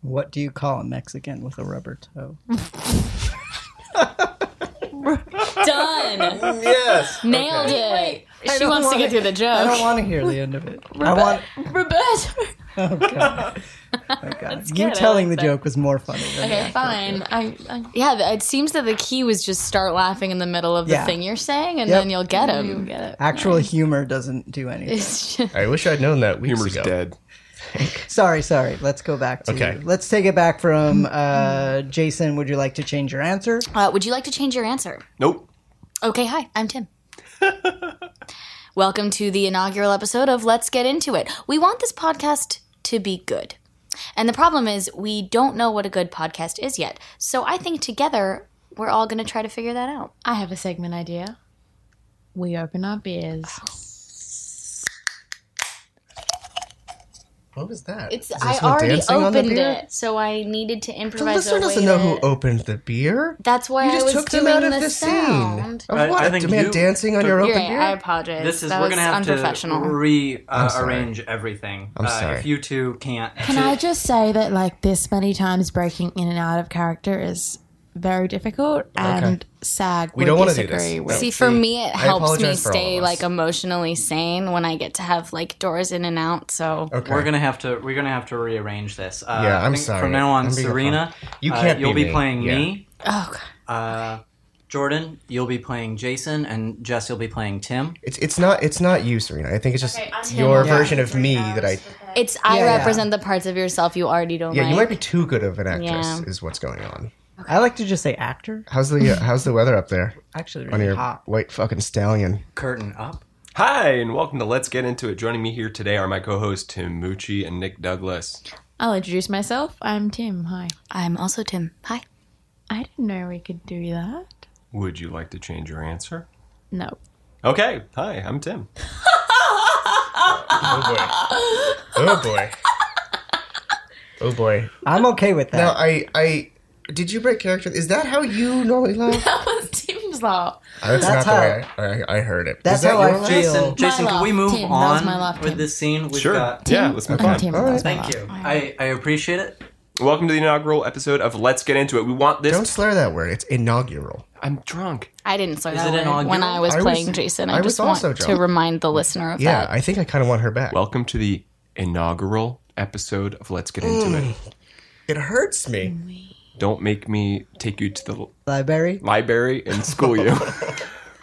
Speaker 5: What do you call a Mexican with a rubber toe?
Speaker 4: *laughs* Oh.
Speaker 5: Mm,
Speaker 4: Done.
Speaker 1: Yes!
Speaker 4: Nailed it. she wants to get through the
Speaker 5: I don't
Speaker 4: joke.
Speaker 5: want to hear the end of
Speaker 4: *laughs*
Speaker 5: it. I want.
Speaker 2: Roberto.
Speaker 5: Oh god. Oh, god.
Speaker 4: good.
Speaker 5: You
Speaker 4: I
Speaker 5: telling the
Speaker 4: like that.
Speaker 5: joke was more funny. Than
Speaker 2: Okay, fine. I, I
Speaker 4: Yeah, th- it seems that the key was just start laughing in the middle of the
Speaker 5: Yeah.
Speaker 4: thing you're saying, and
Speaker 5: Yep.
Speaker 4: then you'll get him.
Speaker 2: get it.
Speaker 5: Actual humor doesn't do anything.
Speaker 4: It's just,
Speaker 1: I wish I'd known that weeks
Speaker 3: Humor's
Speaker 1: ago.
Speaker 3: dead.
Speaker 5: Sorry, sorry. Let's go back to.
Speaker 1: Okay.
Speaker 5: Let's take it back from uh, Jason. Would you like to change your answer?
Speaker 4: *laughs* uh, would you like to change your answer?
Speaker 3: Nope.
Speaker 4: Okay, hi, I'm Tim. Welcome to the inaugural episode of Let's Get Into It. We want this podcast to be good. And the problem is, we don't know what a good podcast is yet. So I think together, we're all going to try to figure that out.
Speaker 2: I have a segment idea. We open our beers.
Speaker 1: What was that?
Speaker 4: It's,
Speaker 1: Is there
Speaker 4: I
Speaker 1: someone
Speaker 4: already
Speaker 1: dancing on the
Speaker 4: opened
Speaker 1: beer?
Speaker 4: it, so I needed to
Speaker 1: The
Speaker 4: improvise.
Speaker 1: listener
Speaker 4: a way
Speaker 1: doesn't know who
Speaker 4: to-
Speaker 1: opened the beer.
Speaker 4: That's why
Speaker 1: You
Speaker 4: I
Speaker 1: just
Speaker 4: was
Speaker 1: took
Speaker 4: doing
Speaker 1: them out of
Speaker 4: the,
Speaker 1: the,
Speaker 4: sound.
Speaker 1: scene. Of
Speaker 6: I- I
Speaker 1: what?
Speaker 6: think
Speaker 1: Demand
Speaker 6: you
Speaker 1: dancing on
Speaker 6: took-
Speaker 1: your open
Speaker 4: You're right.
Speaker 1: beer?
Speaker 4: I apologize.
Speaker 6: This is
Speaker 4: that
Speaker 6: we're
Speaker 4: was
Speaker 6: gonna have
Speaker 4: unprofessional.
Speaker 6: to re uh,
Speaker 1: sorry.
Speaker 6: arrange everything.
Speaker 1: I'm
Speaker 6: uh,
Speaker 1: sorry.
Speaker 6: If you two can't,
Speaker 2: Can I just say that, like, this many times breaking in and out of character is very difficult and SAG.
Speaker 1: We
Speaker 2: would
Speaker 1: don't wanna do
Speaker 2: disagree
Speaker 1: this.
Speaker 2: With.
Speaker 4: See, for me, it
Speaker 1: I
Speaker 4: helps me
Speaker 1: apologize for all
Speaker 4: stay
Speaker 1: of us.
Speaker 4: like emotionally sane when I get to have like doors in and out. So
Speaker 1: Okay.
Speaker 6: *laughs* We're gonna have to. We're gonna have to rearrange this. Uh,
Speaker 1: Yeah,
Speaker 6: I
Speaker 1: I'm
Speaker 6: think
Speaker 1: sorry.
Speaker 6: From now on,
Speaker 1: I'm being a
Speaker 6: Serena,
Speaker 1: You
Speaker 6: uh,
Speaker 1: can't be
Speaker 6: you'll be,
Speaker 1: me.
Speaker 6: playing
Speaker 1: Yeah.
Speaker 6: me.
Speaker 4: oh, God.
Speaker 6: Uh, Jordan, you'll be playing Jason, and Jess, you'll be playing Tim.
Speaker 1: It's it's not it's not you, Serena. I think it's just your version of me that I.
Speaker 4: it's I
Speaker 5: Yeah, yeah.
Speaker 4: represent the parts of yourself you already don't
Speaker 1: Yeah,
Speaker 4: like.
Speaker 1: you might be too good of an actress.
Speaker 4: Yeah.
Speaker 1: Is what's going on.
Speaker 5: I like to just say actor.
Speaker 1: How's the uh, how's the weather up there
Speaker 5: Actually,
Speaker 1: on
Speaker 5: really
Speaker 1: your
Speaker 5: hot.
Speaker 1: white fucking stallion?
Speaker 6: Curtain up.
Speaker 3: Hi, and welcome to Let's Get Into It. Joining me here today are my co hosts, Tim Mucci and Nick Douglas.
Speaker 2: I'll introduce myself. I'm Tim. Hi.
Speaker 4: I'm also Tim. Hi.
Speaker 2: I didn't know we could do that.
Speaker 3: Would you like to change your answer?
Speaker 2: No.
Speaker 3: Okay. Hi, I'm Tim.
Speaker 1: Oh boy. Oh *laughs* boy. Oh boy.
Speaker 5: I'm okay with that.
Speaker 1: Now I I did you break character? Is that how you normally laugh?
Speaker 2: *laughs* That was Tim's laugh.
Speaker 1: *laughs* That's,
Speaker 5: That's
Speaker 1: not
Speaker 5: how-
Speaker 1: the way I, I, I heard it.
Speaker 5: That's
Speaker 1: Is that
Speaker 5: how I
Speaker 1: your laugh?
Speaker 5: feel.
Speaker 6: Jason, Jason,
Speaker 2: My
Speaker 6: can we
Speaker 2: laugh,
Speaker 6: move
Speaker 2: Tim. That was
Speaker 6: on
Speaker 2: my laugh,
Speaker 6: with
Speaker 2: Tim.
Speaker 6: this scene? We've
Speaker 3: Sure.
Speaker 6: got.
Speaker 3: yeah, let's move on.
Speaker 2: Tim.
Speaker 1: All
Speaker 2: that
Speaker 1: right.
Speaker 2: was my
Speaker 6: Thank
Speaker 2: laugh.
Speaker 6: you. I, I appreciate it.
Speaker 3: Welcome to the inaugural episode of Let's Get Into It. We want this.
Speaker 1: Don't slur that word. It's inaugural.
Speaker 3: I'm drunk.
Speaker 4: I didn't say
Speaker 6: Is
Speaker 4: that
Speaker 6: it an
Speaker 4: word when
Speaker 6: audio?
Speaker 4: I was
Speaker 1: I was-
Speaker 4: playing Jason. I,
Speaker 1: I
Speaker 4: just
Speaker 1: was
Speaker 4: want
Speaker 1: also
Speaker 4: to
Speaker 1: drunk.
Speaker 4: remind the listener of
Speaker 1: Yeah,
Speaker 4: that.
Speaker 1: I think I kind of want her back.
Speaker 3: Welcome to the inaugural episode of Let's Get Into It.
Speaker 1: it hurts me.
Speaker 3: Don't make me take you to the l-
Speaker 5: Library.
Speaker 3: library and school you.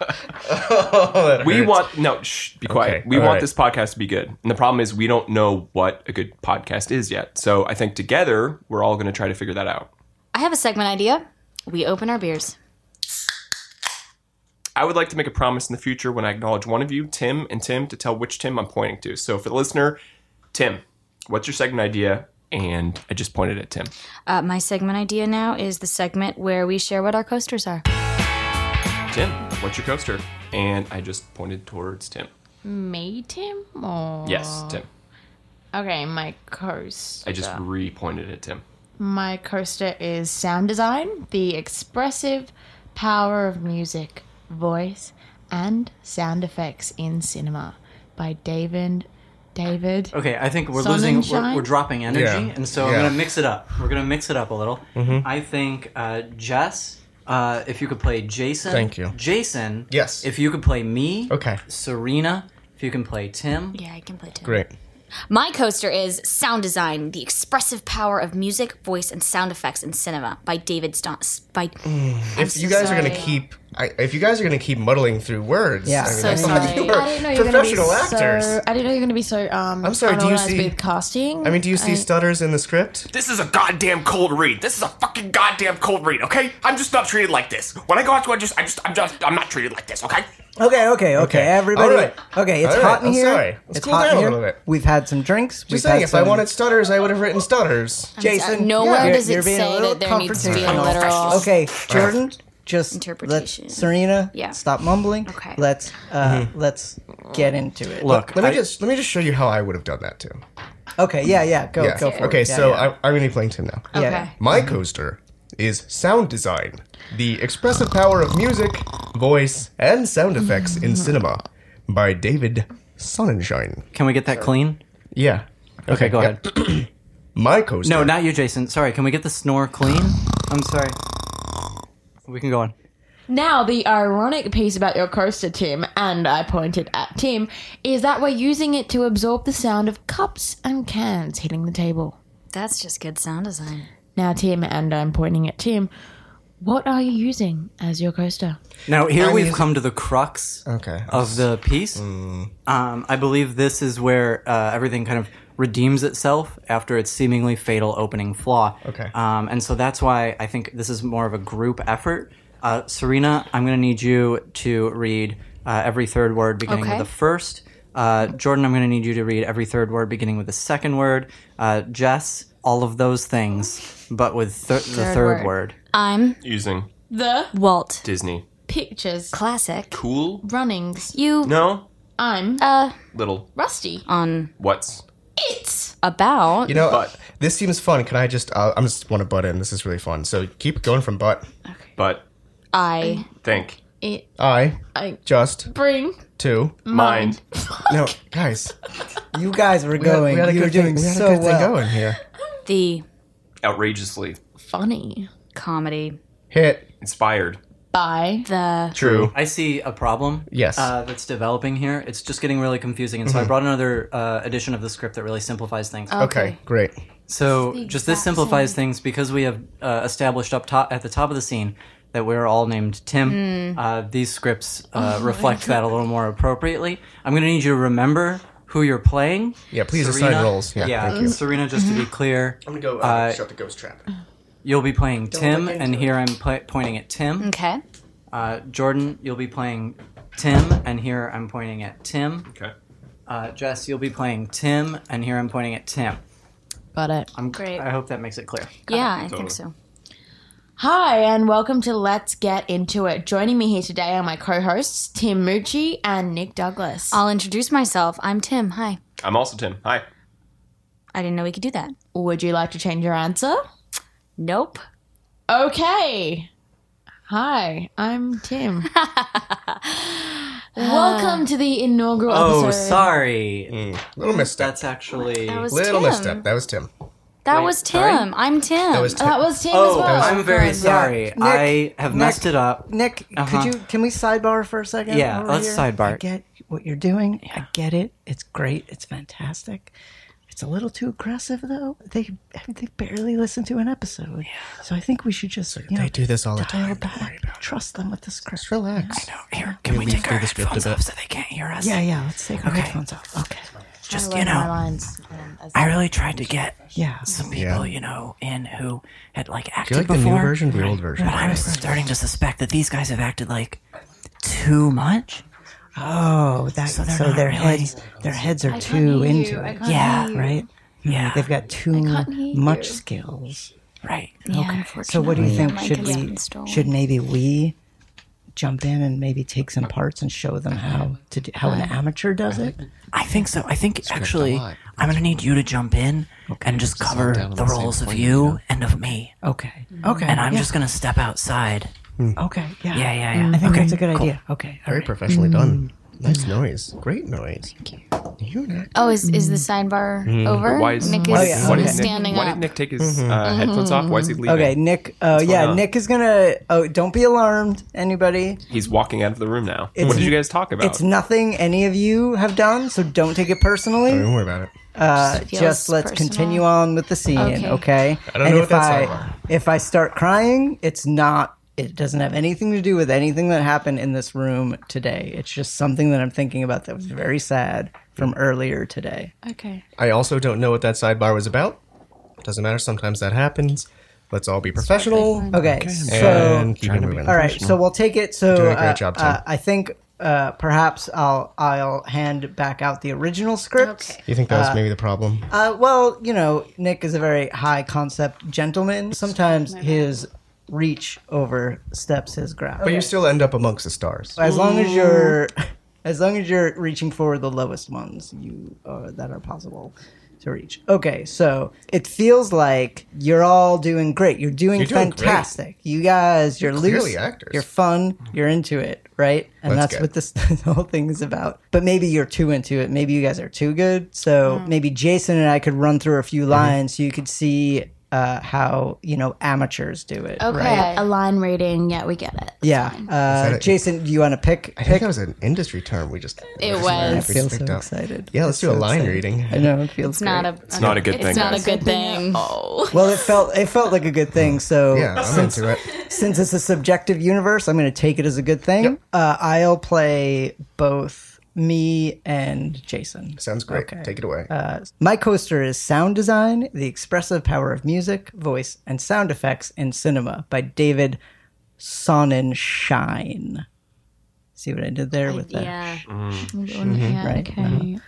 Speaker 1: Oh, that
Speaker 3: we
Speaker 1: hurts.
Speaker 3: want no, shh, be quiet.
Speaker 1: Okay,
Speaker 3: we
Speaker 1: all
Speaker 3: want
Speaker 1: right.
Speaker 3: this podcast to be good. And the problem is we don't know what a good podcast is yet. So I think together we're all going to try to figure that out.
Speaker 4: I have a segment idea. We open our beers.
Speaker 3: I would like to make a promise in the future when I acknowledge one of you, Tim and Tim, to tell which Tim I'm pointing to. So for the listener, Tim, what's your second idea? And I just pointed at Tim.
Speaker 4: Uh, my segment idea now is the segment where we share what our coasters are.
Speaker 3: Tim, what's your coaster? And I just pointed towards Tim.
Speaker 2: Made him? Or...
Speaker 3: Yes, Tim.
Speaker 2: Okay, my coaster.
Speaker 3: I just re pointed at Tim.
Speaker 2: My coaster is sound design, the expressive power of music, voice, and sound effects in cinema by David. David.
Speaker 6: Okay, I think we're
Speaker 2: Sun
Speaker 6: losing,
Speaker 2: and
Speaker 6: we're,
Speaker 2: shine?
Speaker 6: we're dropping energy,
Speaker 1: Yeah.
Speaker 6: and
Speaker 1: Yeah.
Speaker 6: so
Speaker 1: Mm-hmm.
Speaker 6: I'm gonna mix it up. We're gonna mix it up a little. I think uh, Jess, uh, if you could play Jason,
Speaker 1: Thank you.
Speaker 6: Jason.
Speaker 1: Yes.
Speaker 6: If you could play me,
Speaker 1: Okay.
Speaker 6: Serena, if you can play Tim,
Speaker 4: Yeah, I can play too.
Speaker 1: Great.
Speaker 4: My coaster is Sound Design: The Expressive Power of Music, Voice, and Sound Effects in Cinema by David Ston. By
Speaker 1: If you guys are gonna
Speaker 2: sorry.
Speaker 1: keep, I, if you guys are gonna keep muddling through words,
Speaker 5: Yeah.
Speaker 1: I mean,
Speaker 4: So
Speaker 1: I thought
Speaker 4: sorry.
Speaker 1: you were
Speaker 2: I didn't know you were gonna be
Speaker 1: professional actors.
Speaker 2: So, I didn't know you were going to be so. Um,
Speaker 1: I'm sorry, do you
Speaker 2: unorganized
Speaker 1: see-
Speaker 2: with casting?
Speaker 1: I mean, do you see
Speaker 2: I-
Speaker 1: stutters in the script?
Speaker 3: This is a goddamn cold read. This is a fucking goddamn cold read, okay? I'm just not treated like this. When I go out to I just I just I'm just I'm not treated like this, okay?
Speaker 5: Okay, okay, okay. Everybody.
Speaker 1: All right.
Speaker 5: Okay, it's
Speaker 1: All right,
Speaker 5: hot in
Speaker 1: I'm
Speaker 5: here.
Speaker 1: sorry. Let's
Speaker 5: it's
Speaker 1: cool
Speaker 5: hot
Speaker 1: down
Speaker 5: in
Speaker 1: a
Speaker 5: here.
Speaker 1: little bit.
Speaker 5: We've had some drinks. We've
Speaker 1: Just saying,
Speaker 5: had
Speaker 1: if
Speaker 5: some...
Speaker 1: I wanted stutters, I would have written stutters.
Speaker 5: Jason,
Speaker 4: Uh, nowhere
Speaker 5: yeah,
Speaker 4: does
Speaker 5: you're-
Speaker 4: it
Speaker 5: you're being a
Speaker 4: say
Speaker 5: little
Speaker 4: that there needs to be a
Speaker 5: confrontational.
Speaker 4: literal.
Speaker 5: Okay, Jordan, just
Speaker 4: Interpretation.
Speaker 5: Let Serena,
Speaker 4: Yeah.
Speaker 5: stop mumbling.
Speaker 4: Okay.
Speaker 5: Let's uh,
Speaker 1: Mm-hmm.
Speaker 5: let's get into it.
Speaker 6: look.
Speaker 1: Let me
Speaker 6: I-
Speaker 1: just let me just show you how I would have done that too.
Speaker 5: Okay, yeah, yeah, go,
Speaker 1: Yeah.
Speaker 5: go for it.
Speaker 1: okay,
Speaker 5: Yeah,
Speaker 1: so
Speaker 5: yeah.
Speaker 1: I, I'm gonna be playing Tim now.
Speaker 5: Yeah,
Speaker 4: Okay.
Speaker 1: My coaster is sound design, the expressive power of music, voice, and sound effects
Speaker 2: *laughs*
Speaker 1: in cinema, by David Sonnenschein.
Speaker 6: can we get that clean?
Speaker 1: Yeah.
Speaker 6: Okay, go
Speaker 1: yeah.
Speaker 6: ahead.
Speaker 1: *clears throat* My coaster.
Speaker 6: No, not you, Jason. Sorry. Can we get the snore clean? I'm sorry. We can go on.
Speaker 2: Now, the ironic piece about your coaster, Tim, and I pointed at Tim, is that we're using it to absorb the sound of cups and cans hitting the table.
Speaker 4: That's just good sound design.
Speaker 2: Now, Tim, and I'm pointing at Tim, what are you using as your coaster?
Speaker 6: Now here
Speaker 1: I'm
Speaker 6: we've
Speaker 1: using-
Speaker 6: come to the crux
Speaker 1: Okay.
Speaker 6: of the piece. Um, I believe this is where uh, everything kind of redeems itself after its seemingly fatal opening flaw.
Speaker 1: Okay.
Speaker 6: Um, and so that's why I think this is more of a group effort. Uh, Serena, I'm going to need you to read uh, every third word beginning
Speaker 4: Okay.
Speaker 6: with the first. Uh, Jordan, I'm going to need you to read every third word beginning with the second word. Uh, Jess, all of those things, but with thir- the
Speaker 2: word.
Speaker 6: third word.
Speaker 4: I'm
Speaker 3: Using
Speaker 2: The
Speaker 4: Walt.
Speaker 3: Disney.
Speaker 2: pictures,
Speaker 4: Classic.
Speaker 3: Cool?
Speaker 2: runnings.
Speaker 4: You
Speaker 3: No.
Speaker 2: I'm
Speaker 4: uh
Speaker 3: Little.
Speaker 2: rusty.
Speaker 4: on
Speaker 3: What's
Speaker 2: It's
Speaker 4: about
Speaker 1: you know,
Speaker 3: But-
Speaker 1: this seems fun. Can I just? Uh, I'm just want to butt in. This is really fun. So keep going from butt.
Speaker 3: but
Speaker 4: I
Speaker 3: think
Speaker 2: it.
Speaker 1: I
Speaker 2: I
Speaker 1: just
Speaker 2: bring
Speaker 1: two.
Speaker 3: mind.
Speaker 1: No, guys,
Speaker 5: you guys were
Speaker 1: we had-
Speaker 5: going.
Speaker 1: We had a
Speaker 5: you were
Speaker 1: good
Speaker 5: doing
Speaker 1: thing. We had a
Speaker 5: so
Speaker 1: good thing
Speaker 5: well.
Speaker 1: going here.
Speaker 4: the
Speaker 3: Outrageously.
Speaker 2: funny
Speaker 4: comedy
Speaker 1: Hit
Speaker 3: Inspired.
Speaker 2: by
Speaker 4: the
Speaker 5: Uh,
Speaker 1: true.
Speaker 6: I see a problem.
Speaker 1: Yes.
Speaker 6: Uh, that's developing here. It's just getting really confusing, and so I brought another uh, edition of the script that really simplifies things.
Speaker 1: Mm-hmm. Okay, great.
Speaker 6: so just this simplifies things because we have uh, established up top at the top of the scene that we're all named Tim. Uh, these scripts uh, *laughs* reflect that a little more appropriately. I'm going to need you to remember who you're playing.
Speaker 1: Yeah, please assign roles. Yeah, thank you.
Speaker 6: Serena. Just to be clear,
Speaker 1: I'm gonna go
Speaker 6: Uh,
Speaker 1: shut the ghost trap.
Speaker 6: you'll be playing Tim, and here I'm pla pointing at Tim.
Speaker 4: okay
Speaker 6: Uh, Jordan, you'll be playing Tim, and here I'm pointing at Tim.
Speaker 3: Okay.
Speaker 6: Uh, Jess, you'll be playing Tim, and here I'm pointing at Tim.
Speaker 2: but it.
Speaker 6: I'm,
Speaker 4: Great.
Speaker 6: I hope that makes it clear.
Speaker 4: yeah I think so
Speaker 2: Hi, and welcome to Let's Get Into It. Joining me here today are my co hosts, Tim Mucci and Nick Douglas.
Speaker 4: I'll introduce myself I'm Tim hi
Speaker 3: I'm also Tim. Hi.
Speaker 4: I didn't know we could do that
Speaker 2: Would you like to change your answer?
Speaker 4: nope
Speaker 2: Okay. Hi, I'm *laughs* Tim. welcome to the inaugural
Speaker 6: Oh,
Speaker 2: episode.
Speaker 6: sorry.
Speaker 3: Mm.
Speaker 1: Little misstep.
Speaker 6: That's actually.
Speaker 4: that was
Speaker 1: Little
Speaker 4: Tim
Speaker 1: misstep. That was Tim.
Speaker 4: that
Speaker 6: Wait,
Speaker 4: was Tim
Speaker 6: sorry?
Speaker 4: I'm Tim
Speaker 1: That was Tim.
Speaker 8: Uh,
Speaker 2: That was Tim as
Speaker 6: oh,
Speaker 2: well.
Speaker 6: I'm very sorry.
Speaker 5: Nick,
Speaker 6: I have
Speaker 5: Nick,
Speaker 6: messed it up.
Speaker 5: Nick,
Speaker 6: Uh-huh.
Speaker 5: could you? Can we sidebar for a second?
Speaker 6: Yeah,
Speaker 5: over
Speaker 6: let's
Speaker 5: here?
Speaker 6: sidebar.
Speaker 5: I get what you're doing. I get it. It's great. It's fantastic. It's a little too aggressive, though. They they barely listen to an episode, so I think we should just you know
Speaker 1: They do this all the
Speaker 5: dial
Speaker 1: time. Don't worry
Speaker 5: back. Trust them with the script.
Speaker 1: Relax.
Speaker 9: Here, can we
Speaker 1: leaf
Speaker 9: take
Speaker 1: through
Speaker 9: our
Speaker 1: the script a
Speaker 9: headphones
Speaker 1: bit.
Speaker 9: off so they can't hear us?
Speaker 5: Yeah, yeah. Let's take our headphones off. Okay.
Speaker 9: Just,
Speaker 2: I
Speaker 9: you
Speaker 2: learned my
Speaker 9: know,
Speaker 2: lines, um, as-
Speaker 9: I really tried to get
Speaker 5: Yeah.
Speaker 9: some people,
Speaker 1: Yeah.
Speaker 9: you know, in who had like
Speaker 1: Do
Speaker 9: acted
Speaker 1: you like the
Speaker 9: before.
Speaker 1: new version or the old version?
Speaker 9: But I was starting to suspect that these guys have acted like too much.
Speaker 5: Oh, that so,
Speaker 9: they're not
Speaker 5: their
Speaker 9: really-
Speaker 5: heads their heads are
Speaker 2: I can't
Speaker 5: too
Speaker 2: hear you.
Speaker 5: into
Speaker 2: I
Speaker 5: it.
Speaker 2: can't
Speaker 9: Yeah,
Speaker 2: hear you.
Speaker 5: Right?
Speaker 9: Yeah.
Speaker 5: They've got too
Speaker 2: can't hear
Speaker 5: much
Speaker 2: you.
Speaker 5: skills.
Speaker 9: right.
Speaker 4: Yeah,
Speaker 5: So what do you think?
Speaker 4: unfortunately.
Speaker 5: Should
Speaker 4: My
Speaker 5: we
Speaker 4: computer's stolen.
Speaker 5: should maybe we jump in and maybe take some parts and show them how to do, how an
Speaker 9: Uh-huh.
Speaker 5: amateur does it?
Speaker 9: I think so. I think actually,
Speaker 3: lot.
Speaker 9: I'm gonna need you to jump in and just cover
Speaker 3: down on
Speaker 9: the
Speaker 3: the same
Speaker 9: roles of
Speaker 3: plane,
Speaker 9: you
Speaker 3: you know?
Speaker 9: and of me,
Speaker 5: Okay. Okay.
Speaker 9: Mm-hmm. and I'm
Speaker 5: yeah.
Speaker 9: just gonna step outside.
Speaker 5: okay. Yeah. Mm-hmm.
Speaker 9: Yeah, yeah, yeah.
Speaker 5: I think
Speaker 9: okay,
Speaker 5: that's a good
Speaker 9: cool.
Speaker 5: idea. Okay. All
Speaker 1: Very
Speaker 5: right.
Speaker 1: professionally done. Nice noise. Great noise. Thank you. You're not.
Speaker 4: Oh, is, is the sign bar over?
Speaker 3: Why is
Speaker 2: Mm.
Speaker 4: Nick is
Speaker 3: why,
Speaker 5: is-
Speaker 3: did- why did
Speaker 5: okay.
Speaker 4: standing
Speaker 3: Nick, why
Speaker 4: up.
Speaker 3: did Nick take his uh, headphones off? Why is he leaving?
Speaker 5: Okay, Nick. Uh, yeah,
Speaker 3: going on?
Speaker 5: Nick is gonna. Oh, don't be alarmed, anybody.
Speaker 3: He's walking out of the room now.
Speaker 5: It's-
Speaker 3: what did you guys talk about?
Speaker 5: It's nothing any of you have done, so don't take it personally.
Speaker 1: Don't worry about it.
Speaker 5: Uh,
Speaker 4: Feels
Speaker 5: just let's
Speaker 4: personal.
Speaker 5: continue on with the scene, okay?
Speaker 4: Okay.
Speaker 1: I don't
Speaker 5: and
Speaker 1: know what
Speaker 5: if
Speaker 1: that's all
Speaker 5: I
Speaker 1: about.
Speaker 5: if I start crying, it's not. It doesn't have anything to do with anything that happened in this room today. It's just something that I'm thinking about that was very sad from earlier today.
Speaker 2: Okay.
Speaker 1: I also don't know what that sidebar was about. Doesn't matter. Sometimes that happens. Let's all be professional
Speaker 5: Okay, so
Speaker 1: and keep it moving.
Speaker 5: All right, so we'll take it. So
Speaker 1: Doing a great
Speaker 5: uh,
Speaker 1: job,
Speaker 5: uh,
Speaker 1: Tim.
Speaker 5: I think uh, perhaps I'll I'll hand back out the original scripts.
Speaker 2: Okay.
Speaker 1: You think that was maybe the problem?
Speaker 5: Uh, well, you know, Nick is a very high concept gentleman. Sometimes his reach oversteps his grasp.
Speaker 1: But you still end up amongst the stars.
Speaker 5: as long as you're, *laughs* as long as you're reaching for the lowest ones you uh, that are possible to reach. Okay, so it feels like you're all doing great. You're doing
Speaker 1: You're doing great.
Speaker 5: fantastic. You guys, you're
Speaker 1: clearly
Speaker 5: loose.
Speaker 1: actors.
Speaker 5: You're fun. You're into it, right? And
Speaker 1: That's
Speaker 5: that's
Speaker 1: good.
Speaker 5: what this, *laughs* this whole thing is about. But maybe you're too into it. Maybe you guys are too good. So
Speaker 1: Hmm.
Speaker 5: maybe Jason and I could run through a
Speaker 1: Mm-hmm.
Speaker 5: few lines so you could see uh, how you know amateurs do it.
Speaker 4: Okay.
Speaker 5: Right?
Speaker 2: A line reading. Yeah, we get it.
Speaker 5: Yeah. Uh,
Speaker 1: it?
Speaker 5: Jason, do you want to pick?
Speaker 1: I
Speaker 5: pick
Speaker 1: think that was an industry term we just.
Speaker 5: I
Speaker 4: It was.
Speaker 1: we
Speaker 5: feel
Speaker 1: just
Speaker 5: so
Speaker 1: picked up.
Speaker 5: excited.
Speaker 1: Yeah, let's
Speaker 5: It's
Speaker 1: do a
Speaker 5: so
Speaker 1: line
Speaker 5: exciting.
Speaker 1: reading.
Speaker 5: I know it feels
Speaker 4: It's not a.
Speaker 3: It's not a good
Speaker 4: It's
Speaker 3: thing,
Speaker 4: not a
Speaker 3: guys.
Speaker 4: good thing. Oh.
Speaker 5: Well, it felt it felt like a good thing. So
Speaker 1: Yeah,
Speaker 5: *laughs*
Speaker 1: I'm
Speaker 5: since
Speaker 1: into it.
Speaker 5: since it's a subjective universe, I'm going to take it as a good thing. Uh, I'll play both me and Jason.
Speaker 1: Sounds great. Take it away.
Speaker 5: Uh, My coaster is Sound Design: The Expressive Power of Music, Voice, and Sound Effects in Cinema by David Sonnenshine. See what I did there with that?
Speaker 4: Yeah.
Speaker 2: Oh,
Speaker 6: Mm-hmm.
Speaker 2: Yeah,
Speaker 5: Right.
Speaker 2: Okay.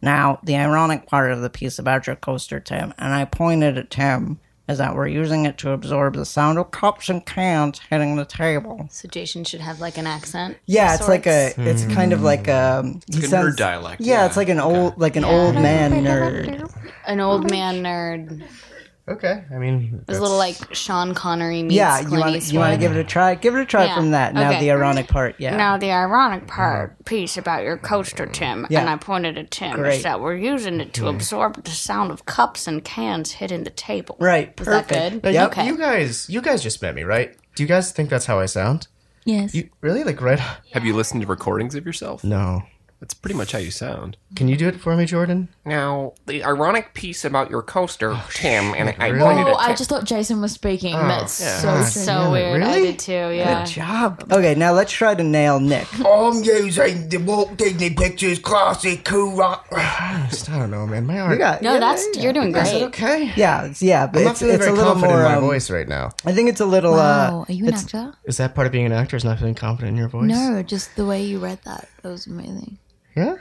Speaker 5: Now, the ironic part of the piece about your coaster, Tim, and I pointed at Tim, is that we're using it to absorb the sound of cups and cans hitting the table.
Speaker 4: So Jason should have like an accent.
Speaker 5: Yeah, it's
Speaker 4: of
Speaker 5: like a,
Speaker 4: sorts.
Speaker 5: it's kind of like um, it's
Speaker 3: like a nerd dialect,
Speaker 5: Yeah,
Speaker 3: yeah.
Speaker 5: it's like an old, like an old man nerd.
Speaker 4: an old man nerd. It
Speaker 1: okay, I mean,
Speaker 4: was a little like Sean Connery meets
Speaker 5: Yeah, you
Speaker 4: Clint
Speaker 5: want to you
Speaker 4: Eastwood.
Speaker 5: want to give it a try. Give it a try
Speaker 4: Yeah,
Speaker 5: from that. Now
Speaker 4: okay.
Speaker 5: the ironic part. Yeah.
Speaker 4: Now, the ironic part piece about your coaster, Tim,
Speaker 5: Uh-huh. Yeah.
Speaker 4: and I pointed at Tim,
Speaker 5: Great.
Speaker 4: is that we're using it to absorb the sound of cups and cans hitting the table.
Speaker 5: right.
Speaker 4: Was
Speaker 5: Perfect.
Speaker 4: that
Speaker 1: Now,
Speaker 4: good?
Speaker 1: you-
Speaker 4: Okay.
Speaker 1: you guys, you guys just met me, right? Do you guys think that's how I sound?
Speaker 2: Yes.
Speaker 1: You really like right?
Speaker 3: Have you listened to recordings of yourself?
Speaker 1: No.
Speaker 3: That's pretty much how you sound.
Speaker 1: Can you do it for me, Jordan?
Speaker 10: Now, the ironic piece about your coaster, Tim, and I
Speaker 1: really?
Speaker 10: pointed
Speaker 2: Oh,
Speaker 10: at
Speaker 2: I
Speaker 10: Tim.
Speaker 2: just thought Jason was speaking.
Speaker 6: Oh,
Speaker 2: That's so
Speaker 1: God
Speaker 2: strange.
Speaker 1: damn
Speaker 4: so
Speaker 1: it,
Speaker 4: weird. I
Speaker 1: really?
Speaker 4: did too, yeah.
Speaker 5: Job. Okay, now let's try to nail Nick.
Speaker 4: *laughs*
Speaker 11: I'm using the Walt Disney Pictures classic cool rock. *sighs*
Speaker 1: I just- I don't know, man. My art.
Speaker 5: Yeah.
Speaker 4: No,
Speaker 5: yeah,
Speaker 4: that's
Speaker 5: yeah.
Speaker 4: you're doing
Speaker 1: Is it
Speaker 4: great.
Speaker 1: okay?
Speaker 5: Yeah, it's- yeah, but
Speaker 1: I'm not
Speaker 5: it's,
Speaker 1: feeling
Speaker 5: it's
Speaker 1: very
Speaker 5: a little
Speaker 1: confident
Speaker 5: more.
Speaker 1: in my
Speaker 5: um,
Speaker 1: voice right now.
Speaker 5: I think it's a little.
Speaker 2: Wow.
Speaker 5: Uh,
Speaker 2: Are you an
Speaker 5: it's-
Speaker 2: actor?
Speaker 1: Is that part of being an actor? Is not feeling confident in your voice?
Speaker 2: No, just the way you read that. That was amazing.
Speaker 1: Yeah.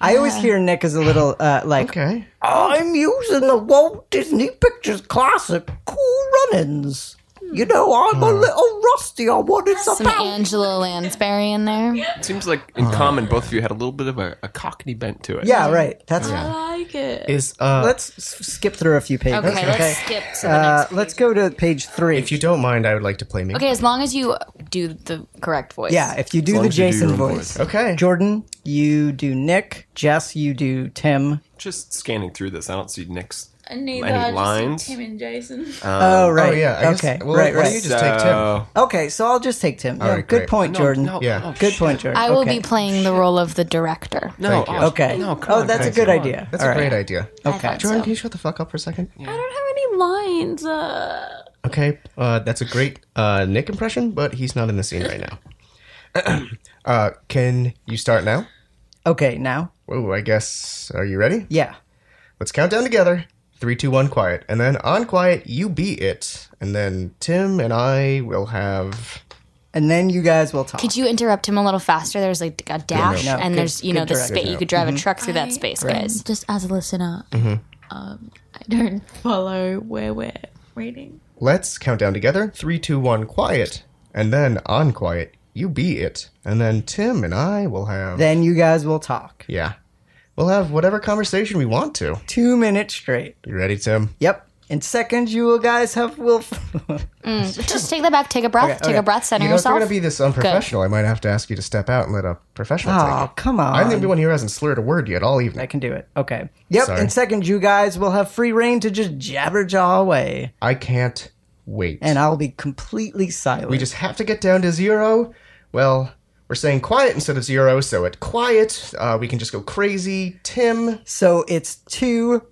Speaker 5: I always hear Nick as a little uh, like
Speaker 1: Okay.
Speaker 5: I'm using the Walt Disney Pictures classic Cool Runnings. You know, I'm a little rusty on what it's
Speaker 4: Some Angela Lansbury in there.
Speaker 3: It seems like in common, both of you had a little bit of a, a cockney bent to it.
Speaker 5: yeah, right. That's
Speaker 2: I like it.
Speaker 1: Is uh,
Speaker 5: let's s- skip through a few pages.
Speaker 4: Okay, let's skip to the
Speaker 5: Uh,
Speaker 4: next.
Speaker 5: let's go to page three.
Speaker 1: if you don't mind, I would like to play me.
Speaker 4: Okay, as long as you do the correct voice.
Speaker 5: yeah, if you do
Speaker 3: long
Speaker 5: the
Speaker 3: as you do
Speaker 5: Jason
Speaker 3: your own
Speaker 5: voice.
Speaker 1: Okay.
Speaker 5: Jordan, you do Nick. Jess, you do Tim.
Speaker 3: Just scanning through this, I don't see Nick's
Speaker 2: Neither
Speaker 3: any lines.
Speaker 2: and Jason.
Speaker 5: oh, right.
Speaker 1: Oh yeah. I
Speaker 5: okay.
Speaker 1: Guess, well,
Speaker 5: right.
Speaker 1: why
Speaker 5: Right.
Speaker 1: don't you just take Tim?
Speaker 5: Okay. So I'll just take Tim. Yeah,
Speaker 1: right,
Speaker 5: good
Speaker 1: great.
Speaker 5: point, Jordan.
Speaker 1: Yeah.
Speaker 5: Good point, Jordan.
Speaker 4: I will
Speaker 5: okay.
Speaker 4: be playing the role of the director.
Speaker 3: No,
Speaker 1: Thank you.
Speaker 3: oh,
Speaker 5: Okay.
Speaker 3: No, come
Speaker 5: oh,
Speaker 3: on,
Speaker 5: that's a
Speaker 3: guys,
Speaker 5: good
Speaker 3: come on.
Speaker 5: idea.
Speaker 1: That's
Speaker 5: All
Speaker 1: a great
Speaker 5: right.
Speaker 1: idea.
Speaker 5: Okay.
Speaker 1: Jordan, can you shut the fuck up for a second?
Speaker 2: lines. Uh,
Speaker 1: Okay, uh, that's a great uh, Nick impression, but he's not in the scene right now. *clears throat* uh, can you start now?
Speaker 5: Okay. Now.
Speaker 1: Whoa, I guess. Are you ready?
Speaker 5: Yeah.
Speaker 1: Let's count down together. Three, two, one, quiet. And then on quiet, you be it. And then Tim and I will have.
Speaker 5: and then you guys will talk.
Speaker 4: Could you interrupt him a little faster? There's like a dash,
Speaker 5: No,
Speaker 4: and
Speaker 5: good-
Speaker 4: there's you
Speaker 5: good Mm-hmm.
Speaker 4: know the
Speaker 5: direction.
Speaker 4: space. You could drive a truck through that space, guys.
Speaker 2: Just *laughs* as a listener,
Speaker 6: Mm-hmm.
Speaker 2: um, I don't follow where we're reading.
Speaker 1: Let's count down together. Three, two, one, quiet. And then on quiet, you be it. And then Tim and I will have.
Speaker 5: then you guys will talk.
Speaker 1: yeah. We'll have whatever conversation we want to.
Speaker 5: Two minutes straight.
Speaker 1: You ready, Tim?
Speaker 5: Yep. In seconds, you will guys have will. *laughs*
Speaker 4: Just take that back. Take a breath.
Speaker 5: Okay,
Speaker 4: take
Speaker 5: okay.
Speaker 4: a breath. Center
Speaker 1: You know, if
Speaker 4: yourself.
Speaker 1: we're going to be this unprofessional, I might have to ask you to step out and let a professional
Speaker 5: oh,
Speaker 1: take it.
Speaker 5: come on.
Speaker 1: I'm the only one here who hasn't slurred a word yet all
Speaker 5: I
Speaker 1: evening.
Speaker 5: can do it. Okay. Yep.
Speaker 1: Sorry.
Speaker 5: In seconds, you guys will have free reign to just jabber jaw away,
Speaker 1: I can't wait.
Speaker 5: and I'll be completely silent.
Speaker 1: we just have to get down to zero. Well, we're saying quiet instead of zero, so at quiet, uh, we can just go crazy. Tim,
Speaker 5: so it's two,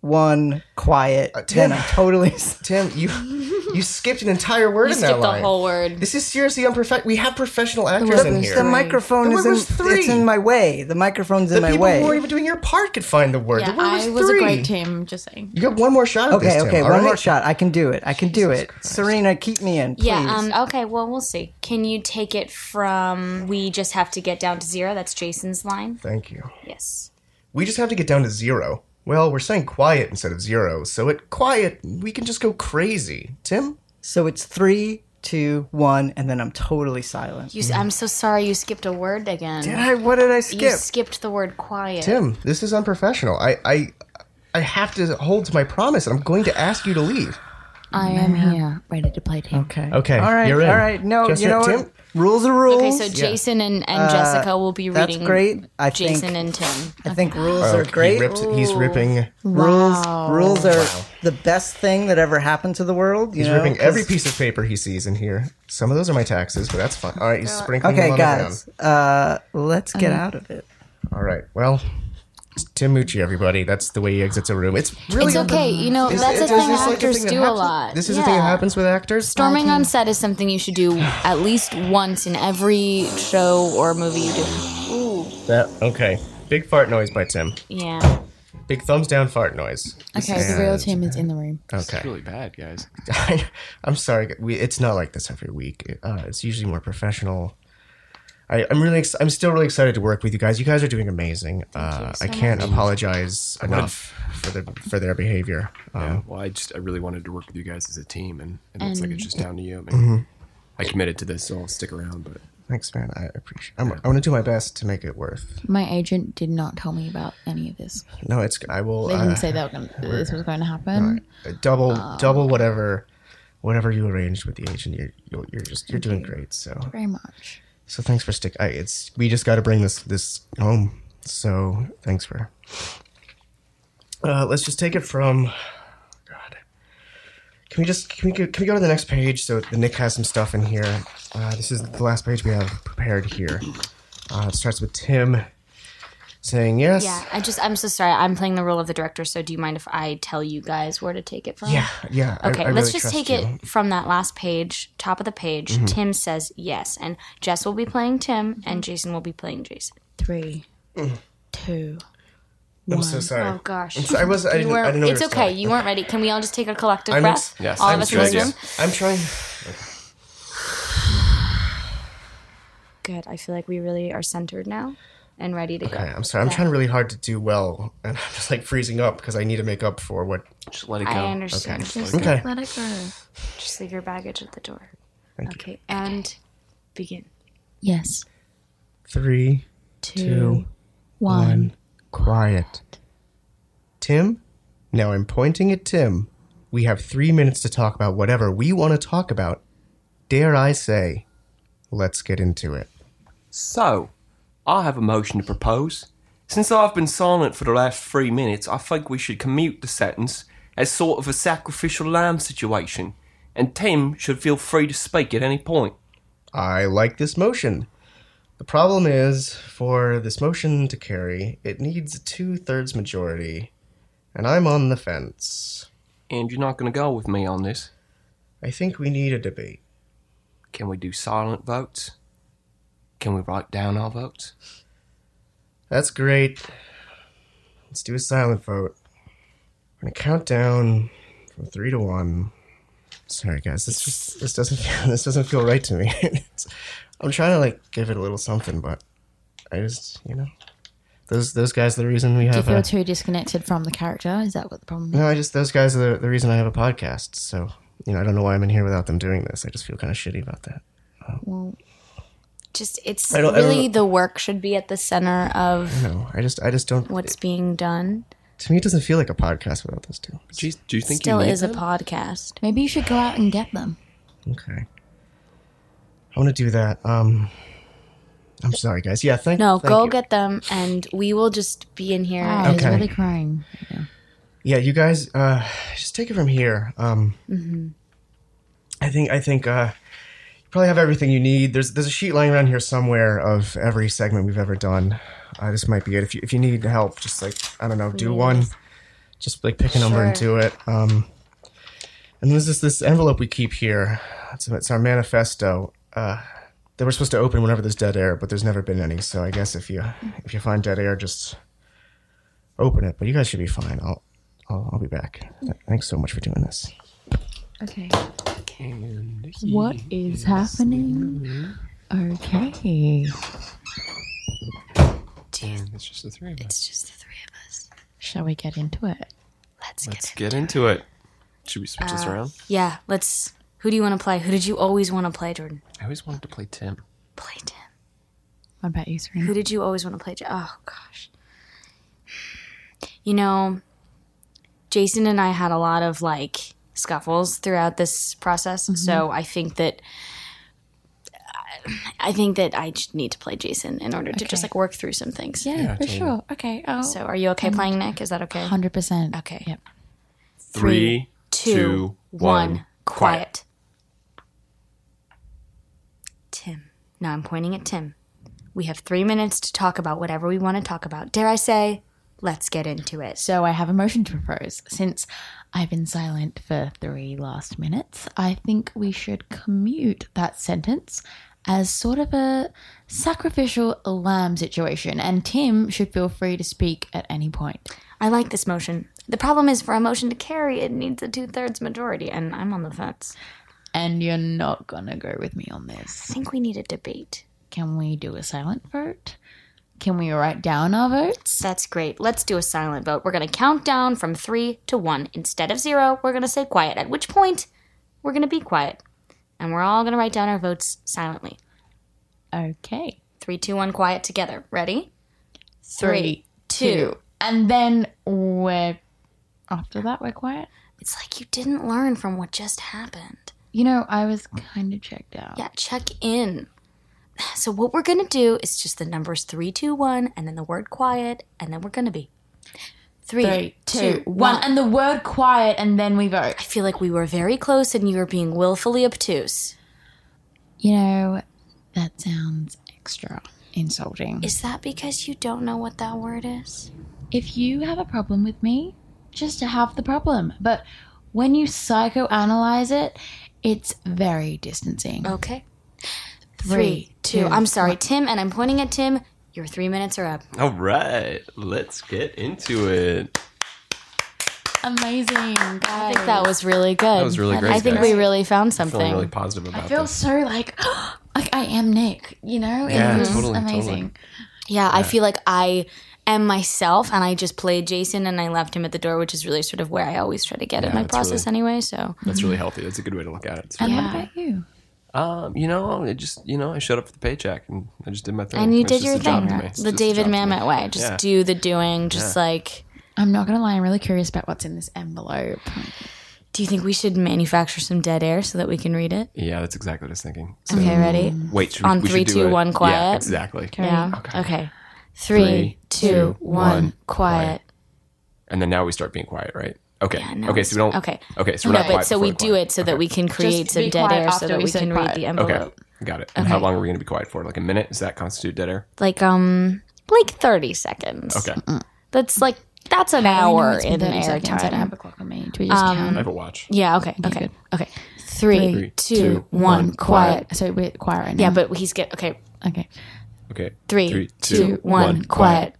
Speaker 5: one, quiet.
Speaker 1: Tim. *laughs*
Speaker 5: then I'm totally. *laughs* s-
Speaker 1: Tim,
Speaker 2: *laughs*
Speaker 1: you you skipped an entire word
Speaker 4: You
Speaker 1: in that
Speaker 4: skipped the
Speaker 1: line.
Speaker 4: whole word.
Speaker 1: This is seriously unprofessional. We have professional actors in here.
Speaker 5: The microphone
Speaker 1: The
Speaker 5: is
Speaker 1: word
Speaker 5: in,
Speaker 1: was three.
Speaker 5: it's in my way. The microphone's
Speaker 1: the
Speaker 5: in my
Speaker 1: people
Speaker 5: way.
Speaker 1: who were even doing your part could find the word.
Speaker 2: Yeah,
Speaker 1: the word was
Speaker 2: I was a
Speaker 1: three.
Speaker 2: great team. Just saying.
Speaker 1: You got one more shot at
Speaker 5: Okay,
Speaker 1: this, Tim.
Speaker 5: okay,
Speaker 1: all
Speaker 5: one more
Speaker 1: right?
Speaker 5: shot. I can do it. I can do it. Serena, keep me in, please.
Speaker 4: Yeah. Um, okay. Well, we'll see. Can you take it from? We just have to get down to zero. That's Jason's line.
Speaker 1: Thank you.
Speaker 4: Yes.
Speaker 1: We just have to get down to zero. Well, we're saying quiet instead of zero, so at quiet, we can just go crazy. Tim?
Speaker 5: so it's three, two, one, and then I'm totally silent.
Speaker 4: You, s I'm so sorry. You skipped a word again.
Speaker 5: Did I? What did I skip?
Speaker 4: You skipped the word quiet.
Speaker 1: Tim, this is unprofessional. I, I, I have to hold to my promise, and I'm going to ask you to leave.
Speaker 2: I am here, ready to play team.
Speaker 5: okay.
Speaker 1: Okay,
Speaker 5: All right.
Speaker 1: you're in.
Speaker 5: All right. No,
Speaker 1: Just
Speaker 5: you
Speaker 1: in.
Speaker 5: know
Speaker 1: Tim?
Speaker 5: what? Rules are rules.
Speaker 4: Okay, so Jason and,
Speaker 1: Uh,
Speaker 4: and Jessica will be
Speaker 5: That's
Speaker 4: reading.
Speaker 5: great. I think.
Speaker 4: Jason and Tim.
Speaker 5: I think rules
Speaker 1: Oh,
Speaker 5: are great.
Speaker 1: He ripped, he's ripping.
Speaker 5: Rules. Rules are the best thing that ever happened to the world. You
Speaker 1: He's
Speaker 5: know,
Speaker 1: ripping every
Speaker 5: *laughs* 'cause-
Speaker 1: piece of paper he sees in here. Some of those are my taxes, but that's fine. All right, he's sprinkling
Speaker 5: Okay,
Speaker 1: them on
Speaker 5: guys. Uh, let's
Speaker 4: Um,
Speaker 5: get out of it.
Speaker 1: the ground. All right, well, it's Tim Mucci, everybody. That's the way he exits a room. It's really
Speaker 4: It's okay. You know,
Speaker 1: Is-
Speaker 4: that's
Speaker 1: is
Speaker 4: a
Speaker 1: this
Speaker 4: thing
Speaker 1: like a
Speaker 4: actors
Speaker 1: thing that
Speaker 4: do a
Speaker 1: happens-
Speaker 4: lot.
Speaker 1: This is a thing that
Speaker 4: Yeah.
Speaker 1: happens with actors.
Speaker 4: Storming on set is something you should do at least once in every show or movie you do.
Speaker 1: That okay. Big fart noise by Tim.
Speaker 4: Yeah.
Speaker 1: Big thumbs down fart noise.
Speaker 2: Okay, the real
Speaker 1: And-
Speaker 2: team is in the room.
Speaker 1: Okay.
Speaker 3: Really bad, guys.
Speaker 1: *laughs* I, am sorry. gu- We, it's not like this every week. It, uh, it's usually more professional. I, I'm really. Ex- I'm still really excited to work with you guys. You guys are doing amazing. Uh, I can't apologize enough for the for their behavior. Um,
Speaker 3: Well, I just I really wanted to work with you guys as a team, and it looks like it's just down to you. I, mean, I committed to this, so I'll stick around. But
Speaker 1: Thanks, man. I appreciate. I'm, I'm going to do my best to make it worth.
Speaker 2: My agent did not tell me about any of this.
Speaker 1: No, it's. I will.
Speaker 2: They didn't
Speaker 1: uh,
Speaker 2: say that gonna, this was going to happen.
Speaker 1: double double whatever whatever you arranged with the agent. You're you're, you're just you're doing great. So
Speaker 2: Very much.
Speaker 1: so thanks for stick. I, it's we just got to bring this this home. So thanks for. Uh, let's just take it from. oh God, can we just can we go, can we go to the next page so the Nick has some stuff in here. Uh, this is the last page we have prepared here. Uh, it starts with Tim saying yes.
Speaker 4: Yeah. I just, I'm so sorry. I'm playing the role of the director, so do you mind if I tell you guys where to take it from?
Speaker 1: Yeah, yeah. I-
Speaker 4: Okay,
Speaker 1: I
Speaker 4: let's
Speaker 1: really
Speaker 4: just
Speaker 1: trust
Speaker 4: take
Speaker 1: you. Mm-hmm.
Speaker 4: it from that last page, top of the page. Tim says yes, and Jess will be playing Tim, and Jason will be playing Jason.
Speaker 2: Three, two.
Speaker 1: I'm so sorry.
Speaker 4: Oh gosh,
Speaker 1: So I was. I
Speaker 4: You
Speaker 1: didn't, I
Speaker 4: weren't-
Speaker 1: didn't know.
Speaker 4: it's
Speaker 1: we were
Speaker 4: okay.
Speaker 1: starting.
Speaker 4: You weren't ready. Can we all just take a collective
Speaker 1: I'm
Speaker 4: breath?
Speaker 1: ex-
Speaker 3: Yes.
Speaker 4: all
Speaker 3: I'm
Speaker 4: of us in
Speaker 1: trying.
Speaker 4: this
Speaker 3: serious.
Speaker 4: room.
Speaker 1: I'm trying.
Speaker 4: Good. I feel like we really are centered now and ready to
Speaker 1: Okay,
Speaker 4: go.
Speaker 1: I'm sorry. I'm trying really hard to do well, and *laughs* I'm just like freezing up because I need to make up for what.
Speaker 3: just let it go.
Speaker 4: I understand. Just,
Speaker 1: Okay.
Speaker 2: Let it go.
Speaker 4: just leave your baggage at the door. okay, and begin.
Speaker 2: Yes.
Speaker 1: Three,
Speaker 2: Two,
Speaker 1: Two,
Speaker 2: one.
Speaker 1: one, quiet. Tim, now I'm pointing at Tim. We have three minutes to talk about whatever we want to talk about. Dare I say, let's get into it.
Speaker 10: So, I have a motion to propose. Since I've been silent for the last three minutes, I think we should commute the sentence as sort of a sacrificial lamb situation, and Tim should feel free to speak at any point.
Speaker 1: I like this motion. The problem is, for this motion to carry, it needs a two thirds majority, and I'm on the fence.
Speaker 10: And you're not going to go with me on this.
Speaker 1: I think we need a debate.
Speaker 10: Can we do silent votes? Can we write down our votes?
Speaker 1: That's great. Let's do a silent vote. We're gonna count down from three to one. sorry guys, this just this doesn't *laughs* feel, this doesn't feel right to me. *laughs* It's- I'm trying to like give it a little something, but I just you know those those guys are the reason we
Speaker 8: Do you
Speaker 1: have.
Speaker 8: feel
Speaker 1: A,
Speaker 8: too disconnected from the character? Is that what the problem is?
Speaker 1: no, I just those guys are the, the reason I have a podcast. So you know I don't know why I'm in here without them doing this. I just feel kind of shitty about that.
Speaker 4: Just it's
Speaker 1: I don't- I don't-
Speaker 4: really the work should be at the center of
Speaker 1: No, I just I just don't.
Speaker 4: what's being done.
Speaker 1: To me, it doesn't feel like a podcast without those two.
Speaker 3: Do you, do you think
Speaker 4: Still
Speaker 3: you need
Speaker 4: is a podcast.
Speaker 8: Maybe you should go out and get them.
Speaker 1: Okay, I want to do that. Um, I'm sorry guys. Yeah, thank
Speaker 4: No,
Speaker 1: thank
Speaker 4: go
Speaker 1: you.
Speaker 4: get them, and we will just be in here.
Speaker 8: Wow, he's
Speaker 1: Okay.
Speaker 8: really crying.
Speaker 1: yeah you guys uh just take it from here um
Speaker 8: Mm-hmm.
Speaker 1: i think i think uh you probably have everything you need there's there's a sheet lying around here somewhere of every segment we've ever done uh, this might be it if you, if you need help just like i don't know do one just like pick a number and do
Speaker 4: Sure.
Speaker 1: it um and this is this envelope we keep here it's, it's our manifesto uh that we're supposed to open whenever there's dead air but there's never been any so i guess if you if you find dead air just open it but you guys should be fine i'll I'll, I'll be back. Th- Thanks so much for doing this.
Speaker 8: Okay. What is happening? Okay.
Speaker 3: It's just the three of us.
Speaker 4: It's just the three of us.
Speaker 8: Shall we get into it?
Speaker 4: Let's, get it.
Speaker 3: Let's get into it. Should we switch
Speaker 4: Uh,
Speaker 3: this around?
Speaker 4: Yeah, let's. Who do you want to play? Who did you always want to play, Jordan?
Speaker 3: I always wanted to play Tim.
Speaker 4: Play Tim.
Speaker 8: What about you,
Speaker 4: Who
Speaker 8: Serena?
Speaker 4: did you always want to play? Ja- Oh gosh. You know, Jason and I had a lot of like scuffles throughout this process, so I think that I think that I just need to play Jason in order to just like work through some things.
Speaker 8: Yeah, for sure. Okay. Oh,
Speaker 4: So, are you okay playing Nick? Is that okay?
Speaker 8: 100%.
Speaker 4: Okay.
Speaker 8: Yep.
Speaker 4: Three, two, one. Quiet. Tim. Now I'm pointing at Tim. We have three minutes to talk about whatever we want to talk about. Dare I say, let's get into it.
Speaker 8: So I have a motion to propose. Since I've been silent for three last minutes, I think we should commute that sentence as sort of a sacrificial lamb situation, and Tim should feel free to speak at any point.
Speaker 4: I like this motion. The problem is, for a motion to carry, it needs a two thirds majority, and I'm on the fence.
Speaker 8: And you're not gonna go with me on
Speaker 4: I
Speaker 8: this.
Speaker 4: think we need a debate.
Speaker 8: Can we do a silent vote? Can we write down our votes?
Speaker 4: That's great. Let's do a silent vote. We're going to count down from three to one. Instead of zero, we're going to say quiet, at which point, we're going to be quiet. And we're all going to write down our votes silently.
Speaker 8: Okay.
Speaker 4: Three, two, one, quiet together. Ready?
Speaker 8: Three, two, and then we're. After that, we're quiet.
Speaker 4: It's like you didn't learn from what just happened.
Speaker 8: You know, I was kind of checked out.
Speaker 4: Yeah, check in. *sighs* So, what we're going to do is just the numbers three, two, one, and then the word quiet, and then we're going to be
Speaker 8: Three, two, one, and the word quiet, and then we vote.
Speaker 4: I feel like we were very close and you were being willfully obtuse.
Speaker 8: You know, that sounds extra insulting.
Speaker 4: Is that because you don't know what that word is?
Speaker 8: If you have a problem with me, just have the problem. But when you psychoanalyze it, it's very distancing.
Speaker 4: Okay. Three, two. I'm sorry, Tim, and I'm pointing at Tim. Your three minutes are up.
Speaker 3: All right, let's get into it.
Speaker 8: Amazing, guys.
Speaker 4: I think that was really good. That
Speaker 3: was really great,
Speaker 4: I think
Speaker 3: guys.
Speaker 4: we really found
Speaker 3: I'm feeling
Speaker 4: something.
Speaker 3: really positive about
Speaker 8: I feel
Speaker 3: this.
Speaker 8: so like, *gasps* like I am Nick, you know?
Speaker 3: Yeah,
Speaker 8: it was
Speaker 3: totally, totally.
Speaker 8: amazing.
Speaker 4: Yeah, I feel like I am myself and I just played Jason and I left him at the door, which is really sort of where I always try to get at my
Speaker 3: that's
Speaker 4: process anyway. So
Speaker 3: That's really healthy. That's a good way to look at it. It's
Speaker 8: And
Speaker 3: really-
Speaker 8: what about you?
Speaker 3: Um, you know, it just you know, I showed up for the paycheck and I just did my thing.
Speaker 4: and you
Speaker 3: It's
Speaker 4: did
Speaker 3: just
Speaker 4: your
Speaker 3: a job
Speaker 4: thing,
Speaker 3: to me. It's
Speaker 4: the
Speaker 3: just a
Speaker 4: David
Speaker 3: job to me.
Speaker 4: Mamet way. Just
Speaker 3: Yeah.
Speaker 4: do the doing. Just like,
Speaker 8: I'm not going to lie, I'm really curious about what's in this envelope.
Speaker 4: do you think we should manufacture some dead air so that we can read it?
Speaker 3: Yeah, that's exactly what I was thinking. So,
Speaker 4: Okay, ready?
Speaker 3: Wait, should we,
Speaker 4: On
Speaker 3: we should
Speaker 4: three,
Speaker 3: do
Speaker 4: two,
Speaker 3: it.
Speaker 4: one,
Speaker 3: Yeah,
Speaker 4: quiet.
Speaker 3: exactly.
Speaker 4: Yeah. Okay. Three, two, one.
Speaker 3: two, one,
Speaker 4: Quiet.
Speaker 3: And then now we start being quiet, right? Okay.
Speaker 4: no,
Speaker 3: okay, so we don't.
Speaker 4: okay.
Speaker 3: Okay, so we're
Speaker 4: No,
Speaker 3: not
Speaker 4: but
Speaker 3: quiet
Speaker 4: so
Speaker 3: before
Speaker 4: we
Speaker 3: the
Speaker 4: do
Speaker 3: quiet.
Speaker 4: it so that we can create some
Speaker 8: be
Speaker 4: dead
Speaker 8: quiet
Speaker 4: air so
Speaker 8: after
Speaker 4: that
Speaker 8: we
Speaker 4: we
Speaker 8: say
Speaker 4: can read
Speaker 8: quiet.
Speaker 4: the
Speaker 3: Okay,
Speaker 4: envelope.
Speaker 3: got it. And How long are we going to be quiet for? Like a minute? Does that constitute dead air?
Speaker 4: Like um, like thirty seconds.
Speaker 3: Okay,
Speaker 4: That's like that's an
Speaker 8: I know
Speaker 4: hour
Speaker 8: it's been
Speaker 4: in
Speaker 8: 30
Speaker 4: air
Speaker 8: seconds. I don't
Speaker 4: time.
Speaker 8: have a clock on me. Do we just
Speaker 3: I
Speaker 8: count?
Speaker 3: have a watch.
Speaker 4: Yeah. Okay. Okay. Okay. Three,
Speaker 3: Three,
Speaker 4: two, one.
Speaker 3: two, one,
Speaker 4: Quiet.
Speaker 8: So we're quiet right now.
Speaker 4: Yeah, but he's get okay.
Speaker 8: okay.
Speaker 3: Okay,
Speaker 4: Three, two, one.
Speaker 3: Three, two, one,
Speaker 4: Quiet.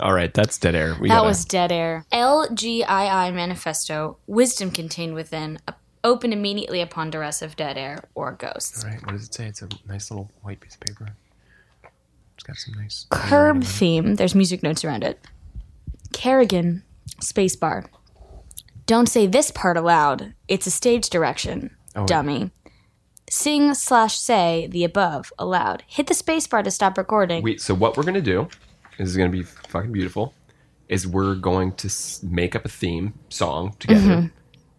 Speaker 3: All right, that's dead air. We
Speaker 4: That
Speaker 3: gotta-
Speaker 4: was dead air. LGII manifesto, wisdom contained within, uh, open immediately upon duress of dead air or ghosts.
Speaker 3: All right, what does it say? It's a nice little white piece of paper. It's got some nice.
Speaker 4: Curb theme, there's music notes around it. Kerrigan, spacebar. Don't say this part aloud. It's a stage direction,
Speaker 3: Oh,
Speaker 4: dummy. Sing slash say the above aloud. Hit the spacebar to stop recording.
Speaker 3: Wait, so what we're gonna do this is gonna be fucking beautiful. Is we're going to s- make up a theme song together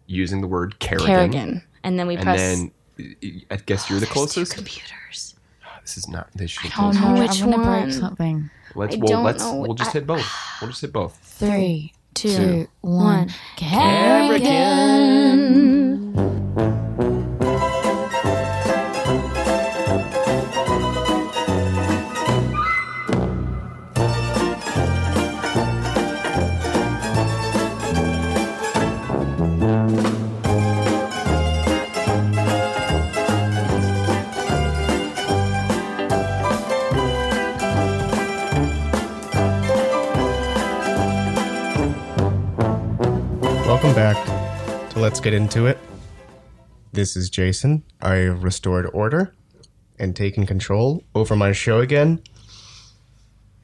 Speaker 3: using the word Kerrigan,
Speaker 4: Mm-hmm. Kerrigan. And then we
Speaker 3: and
Speaker 4: press
Speaker 3: then y- y- I guess you're the closest.
Speaker 4: computers.
Speaker 3: This is not. This should.
Speaker 2: Oh
Speaker 3: close.
Speaker 2: no,
Speaker 4: Which
Speaker 2: I'm gonna
Speaker 4: one?
Speaker 2: break something.
Speaker 3: Let's.
Speaker 4: I
Speaker 3: Well,
Speaker 4: don't
Speaker 3: let's.
Speaker 4: know.
Speaker 3: We'll just
Speaker 4: I- *sighs*
Speaker 3: hit both. We'll just hit both.
Speaker 2: Three,
Speaker 4: Two,
Speaker 2: two, one.
Speaker 4: one. Kerrigan.
Speaker 1: Welcome back to Let's Get Into It. This is Jason. I have restored order and taken control over my show again.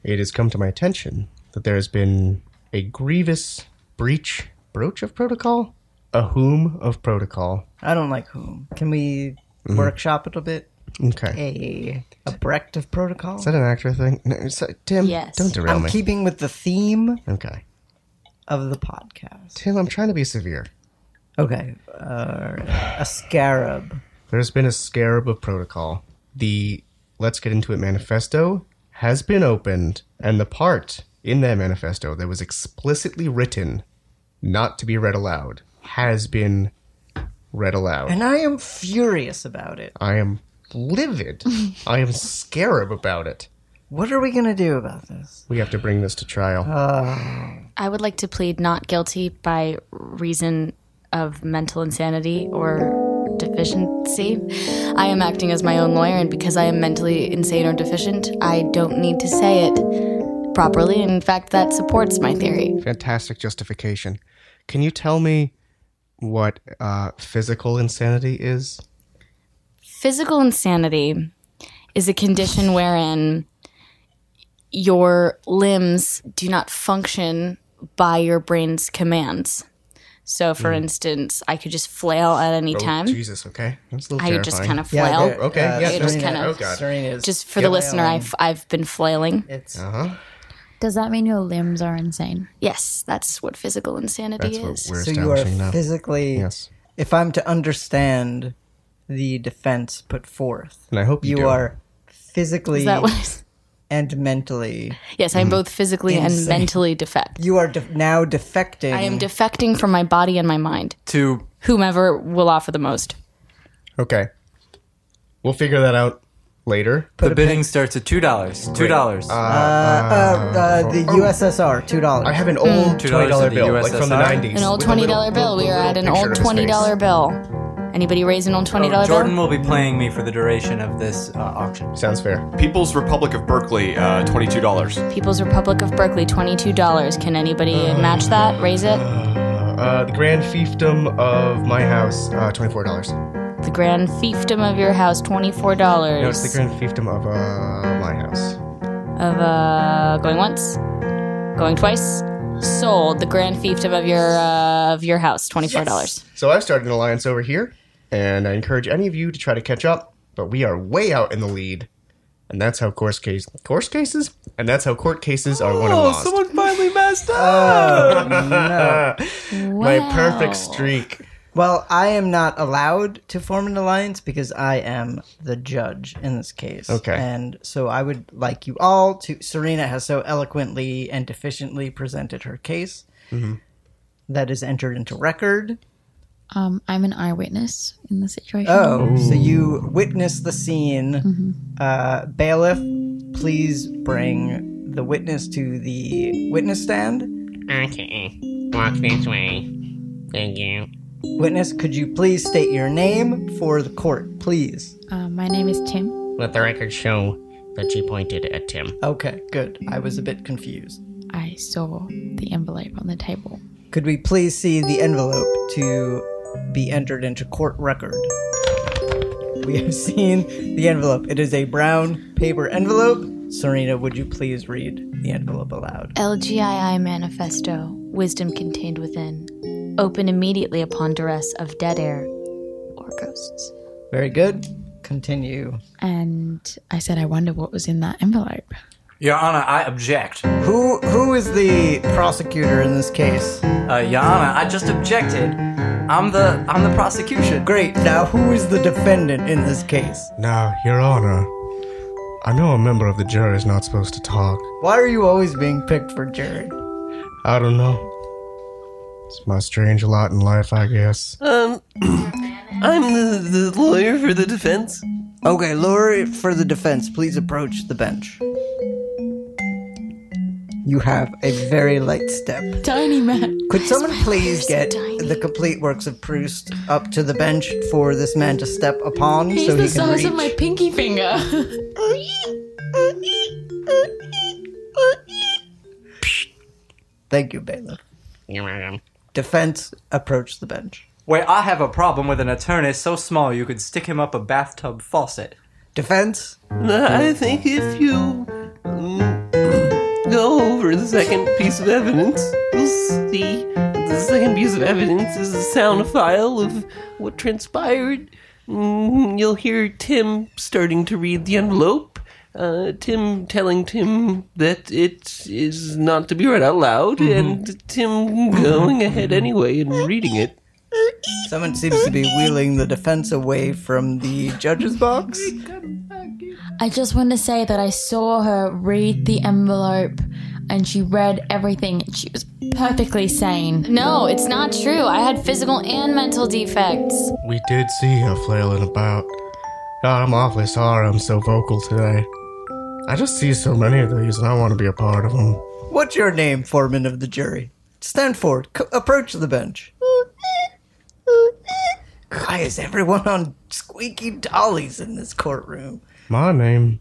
Speaker 1: It has come to my attention that there has been a grievous breach, broach of protocol? A whom of protocol.
Speaker 5: I don't like whom. Can we
Speaker 1: Mm-hmm.
Speaker 5: workshop it a bit?
Speaker 1: Okay.
Speaker 5: A a Brecht of protocol.
Speaker 1: Is that an actor thing? No, it's- Tim,
Speaker 4: Yes.
Speaker 1: don't derail
Speaker 5: I'm
Speaker 1: me.
Speaker 5: keeping with the theme
Speaker 1: okay.
Speaker 5: of the podcast.
Speaker 1: Tim, I'm trying to be severe.
Speaker 5: Okay, uh, a scarab.
Speaker 1: There's been a scarab of protocol. The Let's Get Into It manifesto has been opened, and the part in that manifesto that was explicitly written not to be read aloud has been read aloud.
Speaker 5: And I am furious about it.
Speaker 1: I am
Speaker 5: *laughs*
Speaker 1: livid. I am scarab about it.
Speaker 5: What are we going to do about this?
Speaker 1: We have to bring this to trial.
Speaker 5: Uh,
Speaker 4: I would like to plead not guilty by reason of mental insanity or deficiency. I am acting as my own lawyer, and because I am mentally insane or deficient, I don't need to say it properly. In fact, that supports my theory.
Speaker 1: Fantastic justification. Can you tell me what uh, physical insanity is?
Speaker 4: Physical insanity is a condition wherein your limbs do not function by your brain's commands. So, for instance, I could just flail at any time.
Speaker 1: Oh, Jesus, okay. That's a little
Speaker 4: I
Speaker 1: terrifying.
Speaker 4: would just kind of flail.
Speaker 5: there-
Speaker 1: okay, yeah,
Speaker 4: uh, it was
Speaker 5: Serena-
Speaker 4: kind of-
Speaker 1: Oh, God.
Speaker 5: Serena is-
Speaker 4: just for the listener, I've, I've been flailing.
Speaker 5: it's
Speaker 1: Uh-huh.
Speaker 2: Does that mean your limbs are insane?
Speaker 4: Yes, that's what physical insanity
Speaker 1: That's what
Speaker 4: is.
Speaker 1: we're
Speaker 5: so you are
Speaker 1: establishing now.
Speaker 5: physically.
Speaker 1: Yes.
Speaker 5: If I'm to understand the defense put forth,
Speaker 1: And I hope you
Speaker 5: you
Speaker 1: do.
Speaker 5: are physically
Speaker 4: Is that what
Speaker 1: *laughs*
Speaker 4: is-
Speaker 5: and mentally.
Speaker 4: Yes, I'm both physically and
Speaker 5: Insane.
Speaker 4: mentally defect.
Speaker 5: You are de- now defecting.
Speaker 4: I am defecting from my body and my mind.
Speaker 6: To
Speaker 4: Whomever will offer the most.
Speaker 1: Okay. We'll figure that out later.
Speaker 6: the bidding starts at two dollars. Two dollars.
Speaker 5: uh, the USSR two dollars.
Speaker 1: I have an
Speaker 12: Mm.
Speaker 1: old
Speaker 6: Two
Speaker 1: twenty
Speaker 6: dollars
Speaker 1: dollar
Speaker 6: to the
Speaker 1: bill, like from the
Speaker 6: USSR?
Speaker 1: nineties.
Speaker 4: An old twenty dollar bill. We are at an old twenty dollar bill. Anybody raise an old twenty dollar
Speaker 1: Oh,
Speaker 6: Jordan will
Speaker 4: bill?
Speaker 6: be playing me for the duration of this uh, auction.
Speaker 1: Sounds fair.
Speaker 3: People's Republic of Berkeley, uh, twenty-two dollars.
Speaker 4: People's Republic of Berkeley, twenty two dollars. Can anybody match that? Raise it.
Speaker 1: Uh, the grand fiefdom of my house, uh, twenty four dollars.
Speaker 4: The grand fiefdom of your house, twenty four
Speaker 1: No, it's the
Speaker 4: dollars.
Speaker 1: grand fiefdom of uh, my house.
Speaker 4: Of uh, going once, going twice. Sold the grand fiefdom of your uh, of your house, twenty four dollars.
Speaker 1: So I've started an alliance over here, and I encourage any of you to try to catch up. But we are way out in the lead, and that's how course case course cases, and that's how court cases are won and
Speaker 12: Oh,
Speaker 1: lost.
Speaker 6: finally messed
Speaker 5: Oh,
Speaker 6: up.
Speaker 1: My perfect streak.
Speaker 5: Well, I am not allowed to form an alliance because I am the judge in this case.
Speaker 1: Okay.
Speaker 5: And so I would like you all to. Serena has so eloquently and efficiently presented her case that is entered into record.
Speaker 2: Um, I'm an eyewitness in the situation.
Speaker 5: Oh, so you witness the scene. Uh, bailiff, please bring the witness to the witness stand.
Speaker 12: Okay. Mm. Walk this way. Thank you.
Speaker 5: Witness, could you please state your name for the court, please?
Speaker 2: Uh, my name is Tim.
Speaker 12: Let the record show that she pointed at Tim.
Speaker 5: Okay, good. I was a bit confused.
Speaker 2: I saw the envelope on the table.
Speaker 5: Could we please see the envelope to be entered into court record? We have seen the envelope. It is a brown paper envelope. Serena, would you please read the envelope aloud?
Speaker 4: LGII Manifesto, Wisdom Contained Within. Open immediately upon duress of dead air or ghosts.
Speaker 5: Very good. Continue.
Speaker 2: And I said, I wonder what was in that envelope.
Speaker 6: Your Honor, I object. Uh,
Speaker 5: Who who is the prosecutor in this case?
Speaker 6: Uh, Your Honor, I just objected. I'm the I'm the prosecution.
Speaker 5: Great. Now who is the defendant in this case?
Speaker 1: Now, Your Honor, I know a member of the jury is not supposed to talk.
Speaker 5: Why are you always being picked for jury?
Speaker 1: I don't know. It's my strange lot in life, I guess.
Speaker 7: Um, I'm the, the lawyer for the defense.
Speaker 5: Okay, Lori, for the defense, please approach the bench. You have a very light step.
Speaker 2: Tiny man.
Speaker 5: Could someone please get the complete works of Proust up to the bench for this man to step upon
Speaker 2: He's
Speaker 5: so
Speaker 2: the
Speaker 5: he can
Speaker 2: size
Speaker 5: reach?
Speaker 2: of my pinky finger.
Speaker 5: Thank you, Bailiff.
Speaker 13: You're welcome.
Speaker 5: Defense, approach the bench.
Speaker 6: Wait, I have a problem with an attorney so small you could stick him up a bathtub faucet.
Speaker 5: Defense,
Speaker 7: I think if you um, *clears throat* go over the second piece of evidence, you'll see that the second piece of evidence is a sound file of what transpired. Mm, You'll hear Tim starting to read the envelope. Uh, Tim telling Tim that it is not to be read out loud, and Tim going ahead anyway and reading it.
Speaker 5: someone seems to be wheeling the defense away from the judge's box.
Speaker 2: I just want to say that I saw her read the envelope and she read everything. She was perfectly sane.
Speaker 4: No, Oh, it's not true. I had physical and mental defects.
Speaker 1: We did see her flailing about. God, I'm awfully sorry I'm so vocal today. I just see so many of these and I want to be a part of them.
Speaker 5: What's your name, foreman of the jury? Stand forward. C- approach the bench. Why is everyone on squeaky dollies in this courtroom?
Speaker 1: My name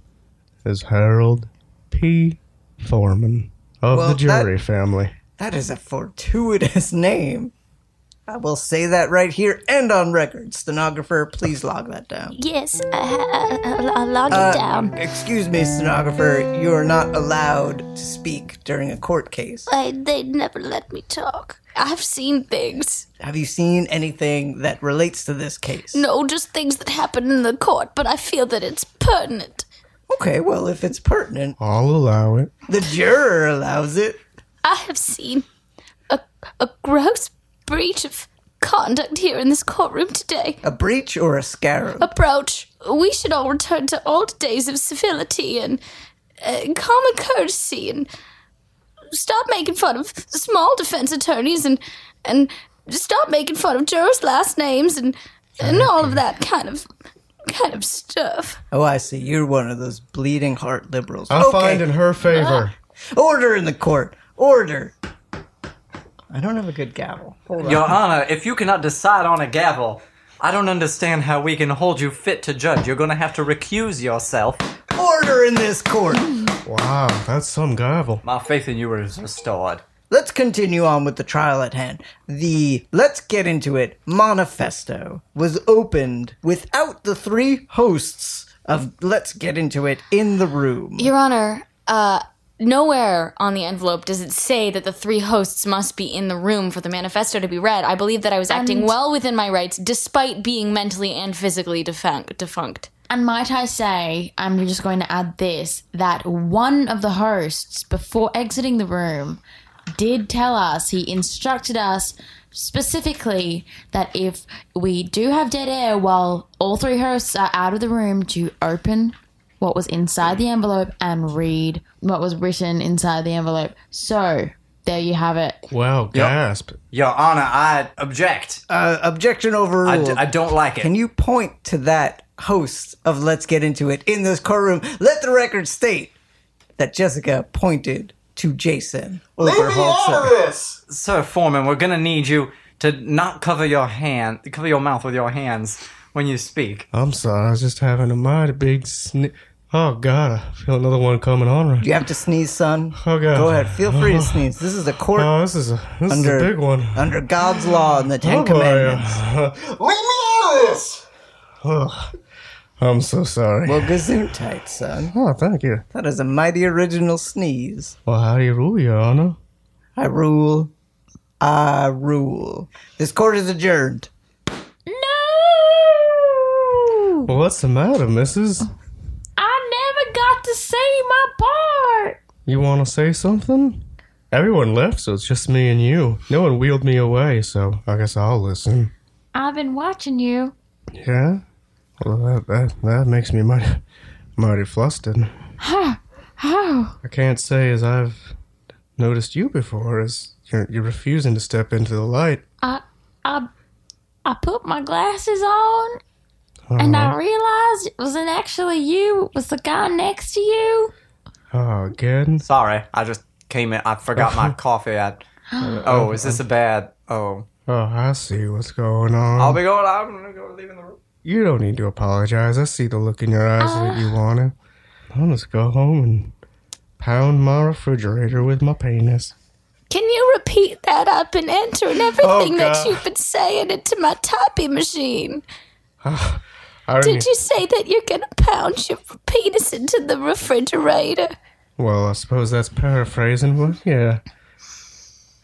Speaker 1: is Harold P. Foreman of
Speaker 5: Well,
Speaker 1: the jury
Speaker 5: that-
Speaker 1: family.
Speaker 5: That is a fortuitous name. I will say that right here and on record. Stenographer, please log that down.
Speaker 4: Yes, I, I, I, I logged it down.
Speaker 5: Excuse me, stenographer, you are not allowed to speak during a court case.
Speaker 4: I, they never let me talk. I've seen things.
Speaker 5: Have you seen anything that relates to this case?
Speaker 4: No, oh, just things that happen in the court, but I feel that it's pertinent.
Speaker 5: Okay, well, if it's pertinent,
Speaker 1: I'll allow it.
Speaker 5: the juror allows it.
Speaker 4: I have seen a, a gross breach of conduct here in this courtroom today.
Speaker 5: A breach or a scarab?
Speaker 4: Approach. We should all return to old days of civility and uh, common courtesy and stop making fun of small defense attorneys and and stop making fun of jurors' last names and and all of that kind of kind of stuff.
Speaker 5: Oh, I see. You're one of those bleeding heart liberals.
Speaker 1: I
Speaker 5: okay. Ah.
Speaker 1: find in her favor.
Speaker 5: Order in the court. Order. I don't have a good gavel. Hold on.
Speaker 6: Your Honor, if you cannot decide on a gavel, I don't understand how we can hold you fit to judge. You're gonna have to recuse yourself.
Speaker 5: Order in this court.
Speaker 1: Wow, that's some gavel.
Speaker 6: My faith in you is restored.
Speaker 5: Let's continue on with the trial at hand. The Let's Get Into It manifesto was opened without the three hosts of Let's Get Into It in the room.
Speaker 4: Your Honor, uh, nowhere on the envelope does it say that the three hosts must be in the room for the manifesto to be read. I believe that I was acting well within my rights despite being mentally and physically defunct. defunct.
Speaker 2: And might I say, I'm just going to add this that one of the hosts, before exiting the room, did tell us, he instructed us specifically that if we do have dead air while all three hosts are out of the room, to open what was inside the envelope and read what was written inside the envelope. So, there you have it.
Speaker 1: Wow, gasp.
Speaker 6: Your Honor, I object.
Speaker 5: Uh, objection
Speaker 6: I,
Speaker 5: overruled.
Speaker 6: d- I don't like
Speaker 5: Oh,
Speaker 6: it.
Speaker 5: Can you point to that host of Let's Get Into It in this courtroom? Let the record state that Jessica pointed to Jason over Hawk's.
Speaker 14: this!
Speaker 6: Sir Foreman, we're gonna need you to not cover your hand, cover your mouth with your hands when you speak.
Speaker 1: I'm sorry, I was just having a mighty big sni
Speaker 15: Oh god, I feel another one coming on right.
Speaker 5: You have to sneeze, son.
Speaker 15: Oh god.
Speaker 5: Go ahead. Feel free to sneeze. This is a court.
Speaker 15: Oh, this is a this
Speaker 5: under,
Speaker 15: is a big one.
Speaker 5: Under God's law and the Ten
Speaker 15: Oh, boy. *laughs*
Speaker 5: Commandments.
Speaker 15: Leave me out of this. Ugh. I'm so sorry.
Speaker 5: Well, gesundheit, son.
Speaker 15: Oh, thank you.
Speaker 5: That is a mighty original sneeze.
Speaker 15: Well, how do you rule, Your Honor?
Speaker 5: I rule. I rule. This court is adjourned.
Speaker 15: Well, what's the matter, Mrs.?
Speaker 2: I never got to say my part.
Speaker 15: You want to say something? Everyone left, so it's just me and you. No one wheeled me away, so I guess I'll listen.
Speaker 2: I've been watching you.
Speaker 15: Yeah. Well, that that, that makes me mighty, mighty flustered.
Speaker 2: Ha! Oh.
Speaker 15: I can't say as I've noticed you before, as you're, you're refusing to step into the light.
Speaker 2: I, I, I put my glasses on and I realized it wasn't actually you. It was the guy next to you.
Speaker 15: Oh, again?
Speaker 6: Sorry, I just came in. I forgot my coffee. At oh, is this a bad? Oh,
Speaker 15: Oh, I see what's going on.
Speaker 6: I'll be going. I'm gonna go leaving the room.
Speaker 15: You don't need to apologize. I see the look in your eyes that you wanted. I'll just go home and pound my refrigerator with my penis.
Speaker 4: Can you repeat that? I've been entering everything that
Speaker 15: God.
Speaker 4: you've been saying into my typing machine.
Speaker 15: I don't e-
Speaker 4: Did
Speaker 15: need-
Speaker 4: you say that you're gonna pound your penis into the refrigerator?
Speaker 15: Well, I suppose that's paraphrasing, but yeah.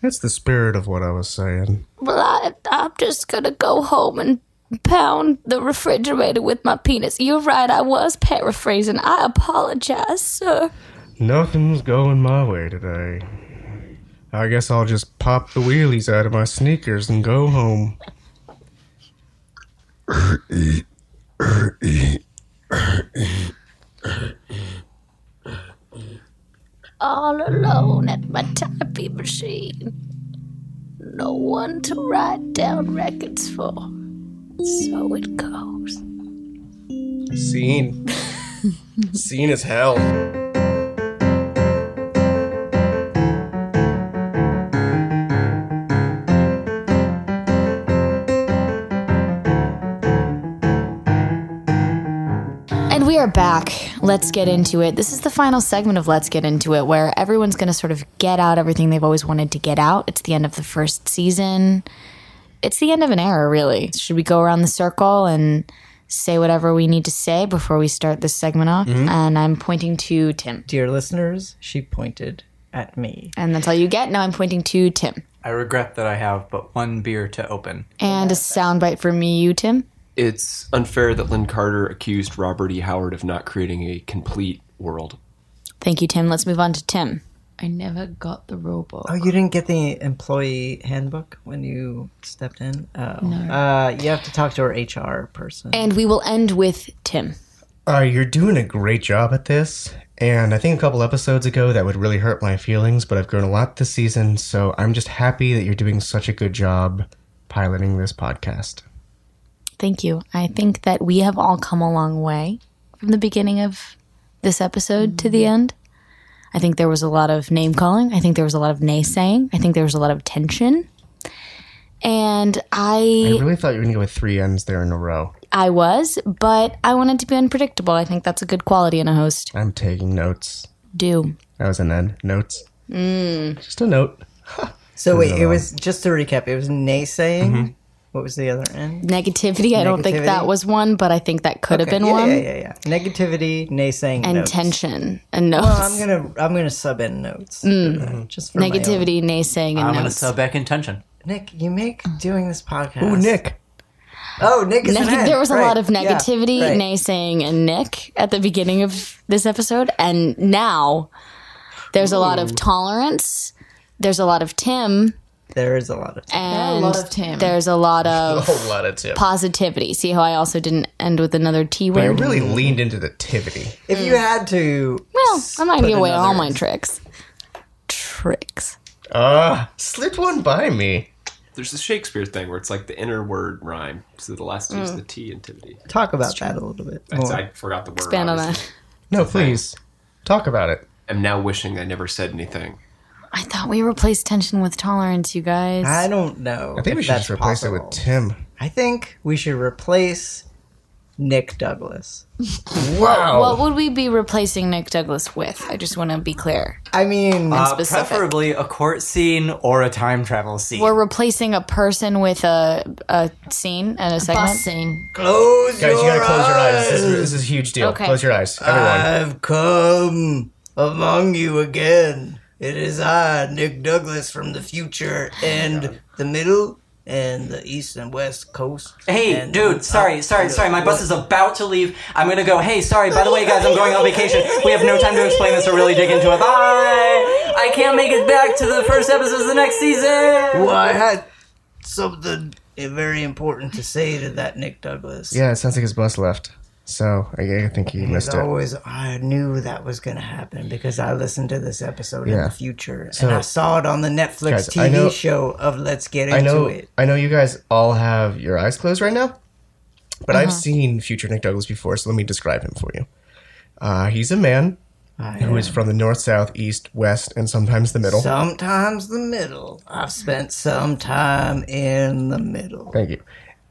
Speaker 15: That's the spirit of what I was saying.
Speaker 4: Well, I, I'm just gonna go home and pound the refrigerator with my penis. You're right, I was paraphrasing. I apologize, sir.
Speaker 15: Nothing's going my way today. I guess I'll just pop the wheelies out of my sneakers and go home.
Speaker 4: All alone at my typing machine. No one to write down records for. So it goes.
Speaker 1: Scene. Scene as hell.
Speaker 4: And we are back. Let's get into it. This is the final segment of Let's Get Into It, where everyone's going to sort of get out everything they've always wanted to get out. It's the end of the first season. It's the end of an era, really. Should we go around the circle and say whatever we need to say before we start this segment off? And I'm pointing to Tim.
Speaker 5: Dear listeners, she pointed at me.
Speaker 4: And that's all you get. Now I'm pointing to Tim.
Speaker 6: I regret that I have but one beer to open.
Speaker 4: And a soundbite from me, you, Tim.
Speaker 3: It's unfair that Lynn Carter accused Robert E. Howard of not creating a complete world.
Speaker 4: Thank you, Tim. Let's move on to Tim.
Speaker 2: I never got the rule book.
Speaker 5: Oh, you didn't get the employee handbook when you stepped in? Oh.
Speaker 2: No.
Speaker 5: Uh, you have to talk to our HR person.
Speaker 4: And we will end with Tim.
Speaker 1: Uh, you're doing a great job at this. And I think a couple episodes ago that would really hurt my feelings, but I've grown a lot this season, so I'm just happy that you're doing such a good job piloting this podcast.
Speaker 4: Thank you. I think that we have all come a long way from the beginning of this episode to
Speaker 5: Mm-hmm.
Speaker 4: the end. I think there was a lot of name calling. I think there was a lot of naysaying. I think there was a lot of tension. And
Speaker 1: I
Speaker 4: I
Speaker 1: really thought you were going to go with three ends there in a row.
Speaker 4: I was, but I wanted to be unpredictable. I think that's a good quality in a host.
Speaker 1: I'm taking notes.
Speaker 4: Do.
Speaker 1: That was an end. Notes. Mm. Just a note.
Speaker 5: so, wait, it
Speaker 1: Uh,
Speaker 5: was just to recap, it was naysaying. What was the other end?
Speaker 4: Negativity, I don't think that
Speaker 5: Negativity?
Speaker 4: was one, but I think that could have
Speaker 5: Okay,
Speaker 4: been
Speaker 5: yeah,
Speaker 4: one.
Speaker 5: Yeah, yeah, yeah. Negativity, naysaying,
Speaker 4: And
Speaker 5: notes.
Speaker 4: tension and notes.
Speaker 5: Well, I'm gonna I'm gonna sub in notes just for my own-
Speaker 4: Mm. *laughs* Negativity, naysaying, and
Speaker 6: I'm gonna
Speaker 4: notes.
Speaker 6: sub back intention.
Speaker 5: Nick, you make doing this podcast.
Speaker 15: Ooh, Nick.
Speaker 5: Oh, Nick is an
Speaker 4: Neg-
Speaker 5: end.
Speaker 4: there was a
Speaker 5: Right.
Speaker 4: lot of
Speaker 5: Yeah,
Speaker 4: negativity,
Speaker 5: right.
Speaker 4: naysaying, and Nick at the beginning of this episode, and now there's a lot of tolerance. There's a lot of Tim,
Speaker 5: There is a lot of.
Speaker 4: and
Speaker 2: lot of Tim.
Speaker 4: there's a
Speaker 5: *laughs*
Speaker 4: lot of
Speaker 1: whole lot of tip.
Speaker 4: positivity. See how I also didn't end with another T
Speaker 1: I
Speaker 4: word?
Speaker 1: really leaned into the tivity.
Speaker 5: If you had to,
Speaker 4: Well, I'm not gonna
Speaker 5: Put
Speaker 4: give away all
Speaker 5: another-
Speaker 4: my tricks. Tricks.
Speaker 1: Ah, slipped one by me.
Speaker 3: There's a Shakespeare thing where it's like the inner word rhyme, so the last is
Speaker 4: Mm.
Speaker 3: the T intivity.
Speaker 5: talk about that a little bit
Speaker 3: That's,
Speaker 5: more.
Speaker 3: I forgot the word.
Speaker 4: Expand on
Speaker 3: obviously.
Speaker 4: that.
Speaker 1: No, please. Talk about it.
Speaker 3: I'm now wishing I never said anything.
Speaker 4: I thought we replaced tension with tolerance, you guys.
Speaker 5: I don't know.
Speaker 1: I think we
Speaker 5: if
Speaker 1: should
Speaker 5: that's
Speaker 1: just replace it
Speaker 5: possible.
Speaker 1: with Tim.
Speaker 5: I think we should replace Nick Douglas.
Speaker 4: What would we be replacing Nick Douglas with? I just want to be clear.
Speaker 5: I mean,
Speaker 6: Uh,
Speaker 4: specific.
Speaker 6: preferably a court scene or a time travel scene.
Speaker 4: We're replacing a person with a a scene and a segment.
Speaker 2: scene.
Speaker 5: Close
Speaker 1: Guys, you gotta
Speaker 5: your
Speaker 1: close your eyes. This,
Speaker 5: eyes.
Speaker 1: this is a huge deal.
Speaker 4: Okay.
Speaker 1: Close your eyes, everyone.
Speaker 5: I've come among you again. It is I, Nick Douglas, from the future and the middle and the east and west coast.
Speaker 6: Hey,
Speaker 5: and-
Speaker 1: uh,
Speaker 6: dude, sorry, sorry, sorry. My bus is about to leave. I'm gonna go. Hey, sorry. By the way, guys, I'm going on vacation. We have no time to explain this or really dig into it. Bye. I can't make it back to the first episode of the next season.
Speaker 5: Well, I had something very important to say to that Nick Douglas.
Speaker 1: Yeah, it sounds like his bus left. So I, I think he missed
Speaker 5: As
Speaker 1: it.
Speaker 5: always, I knew that was going to happen because I listened to this episode in
Speaker 1: Yeah.
Speaker 5: the future,
Speaker 1: So-
Speaker 5: and I saw it on the Netflix
Speaker 1: Guys, I
Speaker 5: TV
Speaker 1: know-
Speaker 5: show of Let's Get Into
Speaker 1: I know.
Speaker 5: It.
Speaker 1: I know you guys all have your eyes closed right now, but I've seen future Nick Douglas before, so let me describe him for you. Uh, he's a man who is from the north, south, east, west, and sometimes the middle.
Speaker 5: Sometimes the middle. I've spent some time in the middle.
Speaker 1: Thank you.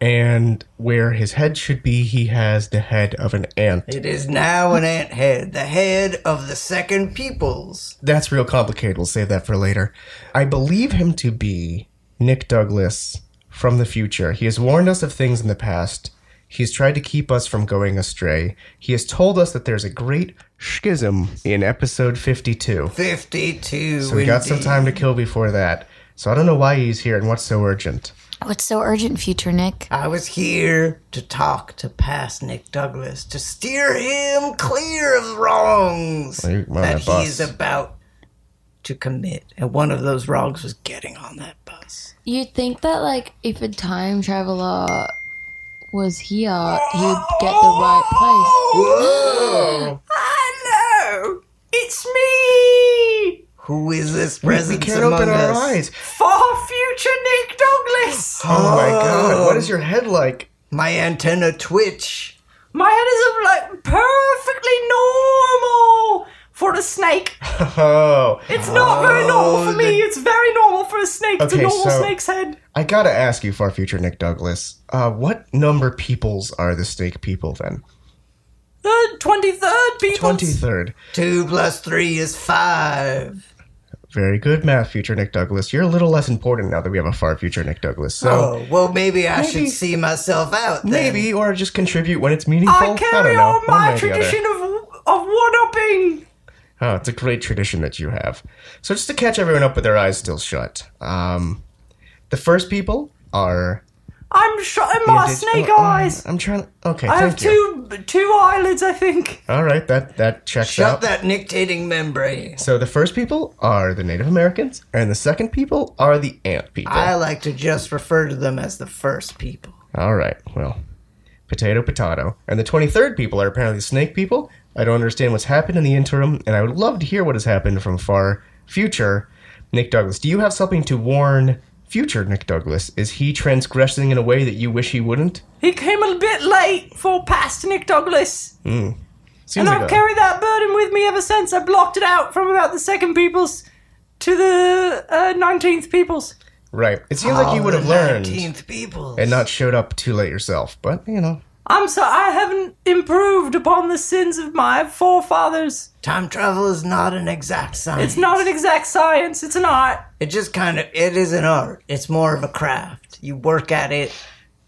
Speaker 1: And where his head should be, he has the head of an ant.
Speaker 5: It is now an ant head, the head of the second peoples.
Speaker 1: That's real complicated. We'll save that for later. I believe him to be Nick Douglas from the future. He has warned us of things in the past. He's tried to keep us from going astray. He has told us that there's a great schism in episode 52.
Speaker 5: 52.
Speaker 1: So we got some
Speaker 5: indeed.
Speaker 1: time to kill before that. So I don't know why he's here and what's so urgent.
Speaker 4: What's Oh, so urgent, future Nick?
Speaker 5: I was here to talk to past Nick Douglas to steer him clear of wrongs
Speaker 1: Well, you're on
Speaker 5: that
Speaker 1: that bus.
Speaker 5: he's about to commit. And one of those wrongs was getting on that bus.
Speaker 2: You'd think that, like, if a time traveler was here, he'd get the right place.
Speaker 7: Hello, it's me,
Speaker 5: Who is this
Speaker 1: We
Speaker 5: presence
Speaker 1: can't
Speaker 5: among
Speaker 1: open
Speaker 5: us?
Speaker 1: our eyes.
Speaker 7: far
Speaker 6: Oh,
Speaker 7: future Nick Douglas.
Speaker 1: Oh my god, what is your head like?
Speaker 5: My antenna twitch.
Speaker 7: My head is like perfectly normal for a snake.
Speaker 1: Oh.
Speaker 7: It's not very normal for me. It's very normal for a snake. it's a
Speaker 1: Okay,
Speaker 7: normal
Speaker 1: so-
Speaker 7: snake's head.
Speaker 1: I gotta ask you, far future Nick Douglas, uh, what number peoples are the snake people then?
Speaker 7: The twenty-third people.
Speaker 1: 23rd.
Speaker 5: Two plus three is five.
Speaker 1: Very good math, future Nick Douglas. You're a little less important now that we have a far future Nick Douglas. So
Speaker 5: oh, well, maybe I
Speaker 1: Maybe-
Speaker 5: should see myself out then.
Speaker 1: maybe, or just contribute when it's meaningful.
Speaker 7: I
Speaker 1: don't
Speaker 7: carry
Speaker 1: know.
Speaker 7: on
Speaker 1: One
Speaker 7: my
Speaker 1: way or the other.
Speaker 7: tradition of of one-upping.
Speaker 1: Oh, it's a great tradition that you have. So just to catch everyone up with their eyes still shut, um, the first people are.
Speaker 7: I'm shutting my
Speaker 1: Did-
Speaker 7: snake
Speaker 1: oh, oh,
Speaker 7: eyes.
Speaker 1: I'm trying. Okay,
Speaker 7: I
Speaker 1: thank
Speaker 7: have
Speaker 1: you.
Speaker 7: two two eyelids, I think.
Speaker 1: All right, that that checks
Speaker 5: Shut
Speaker 1: out.
Speaker 5: that nictating membrane.
Speaker 1: So the first people are the Native Americans, and the second people are the ant people.
Speaker 5: I like to just refer to them as the first people.
Speaker 1: All right, well, potato, potato. And the 23rd people are apparently the snake people. I don't understand what's happened in the interim, and I would love to hear what has happened from far future. Nick Douglas, do you have something to warn future Nick Douglas? Is he transgressing in a way that you wish he wouldn't?
Speaker 7: He came a bit late for past Nick Douglas,
Speaker 1: Seems
Speaker 7: and I've
Speaker 1: like a,
Speaker 7: carried that burden with me ever since. I blocked it out from about the second peoples to the uh, nineteenth peoples.
Speaker 1: right. It seems like you would have
Speaker 5: Oh, The
Speaker 1: learned
Speaker 5: 19th people.
Speaker 1: and not showed up too late yourself, but you know.
Speaker 7: I'm so I haven't improved upon the sins of my forefathers.
Speaker 5: Time travel is not an exact science.
Speaker 7: It's not an exact science; it's an art.
Speaker 5: It just kind of it is an art. It's more of a craft. You work at it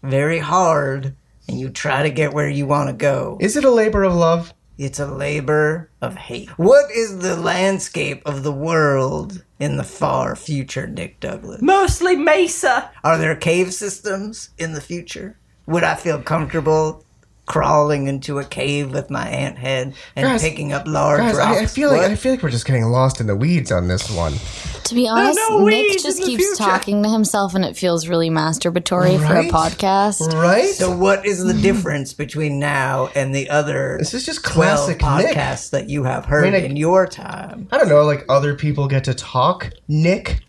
Speaker 5: very hard and you try to get where you want to go.
Speaker 1: Is it a labor of love?
Speaker 5: It's a labor of hate. What is the landscape of the world in the far future, Nick Douglas?
Speaker 7: Mostly Mesa.
Speaker 5: Are there cave systems in the future? Would I feel comfortable crawling into a cave with my ant head and
Speaker 1: Guys,
Speaker 5: picking up large
Speaker 1: Guys,
Speaker 5: rocks?
Speaker 1: I, I feel like
Speaker 5: What?
Speaker 1: I feel like we're just getting lost in the weeds on this one.
Speaker 4: To be honest,
Speaker 7: no
Speaker 4: Nick
Speaker 7: weeds
Speaker 4: just
Speaker 7: in the
Speaker 4: keeps
Speaker 7: future.
Speaker 4: talking to himself, and it feels really masturbatory for
Speaker 1: Right?
Speaker 4: a podcast.
Speaker 1: Right?
Speaker 5: So what
Speaker 1: *laughs*
Speaker 5: is the difference between now and the other
Speaker 1: This is just classic
Speaker 5: 12
Speaker 1: Nick.
Speaker 5: podcasts that you have heard
Speaker 1: I mean, I-
Speaker 5: in your time?
Speaker 1: I don't know, like other people get to talk. Nick,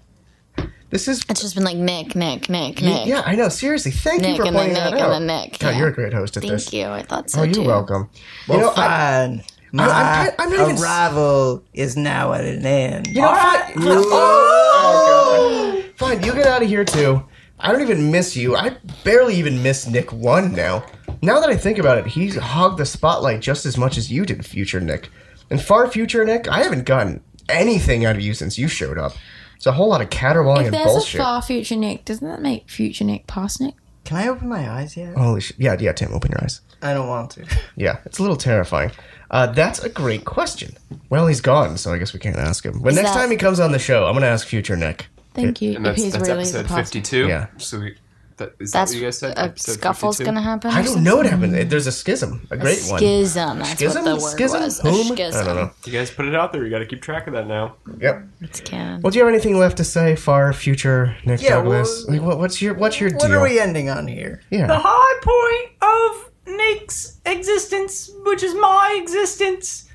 Speaker 1: this is
Speaker 4: It's just been like Nick, Nick, Nick,
Speaker 1: Y-
Speaker 4: Nick.
Speaker 1: Yeah, I know. Seriously, thank
Speaker 4: Nick
Speaker 1: you for
Speaker 4: and then
Speaker 1: pointing that
Speaker 4: Nick
Speaker 1: out.
Speaker 4: and then Nick,
Speaker 1: God,
Speaker 4: yeah.
Speaker 1: you're a great host at
Speaker 4: Thank
Speaker 1: this.
Speaker 4: you. I thought so
Speaker 1: Oh, you're
Speaker 4: too.
Speaker 1: welcome.
Speaker 5: Well,
Speaker 1: you know, I,
Speaker 5: fine. My
Speaker 1: I'm ki- I'm not even s-
Speaker 5: arrival is now at an end.
Speaker 1: you know, fine.
Speaker 5: Ooh. Oh!
Speaker 1: Oh, God. Fine, you get out of here too. I don't even miss you. I barely even miss Nick 1 now. Now that I think about it, he's hogged the spotlight just as much as you did, Future Nick. And Far Future Nick, I haven't gotten anything out of you since you showed up. It's a whole lot of caterwauling
Speaker 2: if
Speaker 1: and
Speaker 2: there's
Speaker 1: bullshit.
Speaker 2: a far future Nick, doesn't that make future Nick past Nick?
Speaker 5: Can I open my eyes yet?
Speaker 1: Holy shit. Yeah, yeah, Tim, open your eyes.
Speaker 5: I don't want to.
Speaker 1: Yeah, it's a little terrifying. Uh, that's a great question. Well, he's gone, so I guess we can't ask him. But
Speaker 2: Is
Speaker 1: next
Speaker 2: that-
Speaker 1: time he comes on the show, I'm going to ask Future Nick.
Speaker 2: Thank you.
Speaker 3: And that's,
Speaker 2: if he's
Speaker 3: that's
Speaker 2: really the
Speaker 3: episode
Speaker 2: past-
Speaker 3: 52.
Speaker 1: Yeah.
Speaker 3: So we, that, is
Speaker 4: That's
Speaker 3: that what you guys said?
Speaker 4: a
Speaker 3: Episode
Speaker 4: scuffle's
Speaker 3: 52?
Speaker 4: gonna happen.
Speaker 1: I don't know what happened. There's a schism, a great one.
Speaker 4: Schism. That's
Speaker 1: Schism?
Speaker 4: what the word
Speaker 1: Schism?
Speaker 4: was.
Speaker 1: Whom?
Speaker 4: A schism.
Speaker 1: I don't know.
Speaker 3: You guys put it out there. You got to keep track of that now.
Speaker 1: Yep.
Speaker 4: It's canon.
Speaker 1: Well, do you have anything left to say, Far Future Nick
Speaker 5: Yeah,
Speaker 1: Douglas? like, what, what's your what's your
Speaker 5: What
Speaker 1: deal?
Speaker 5: are we ending on here?
Speaker 7: The
Speaker 1: yeah.
Speaker 7: high point of Nick's existence, which is my existence,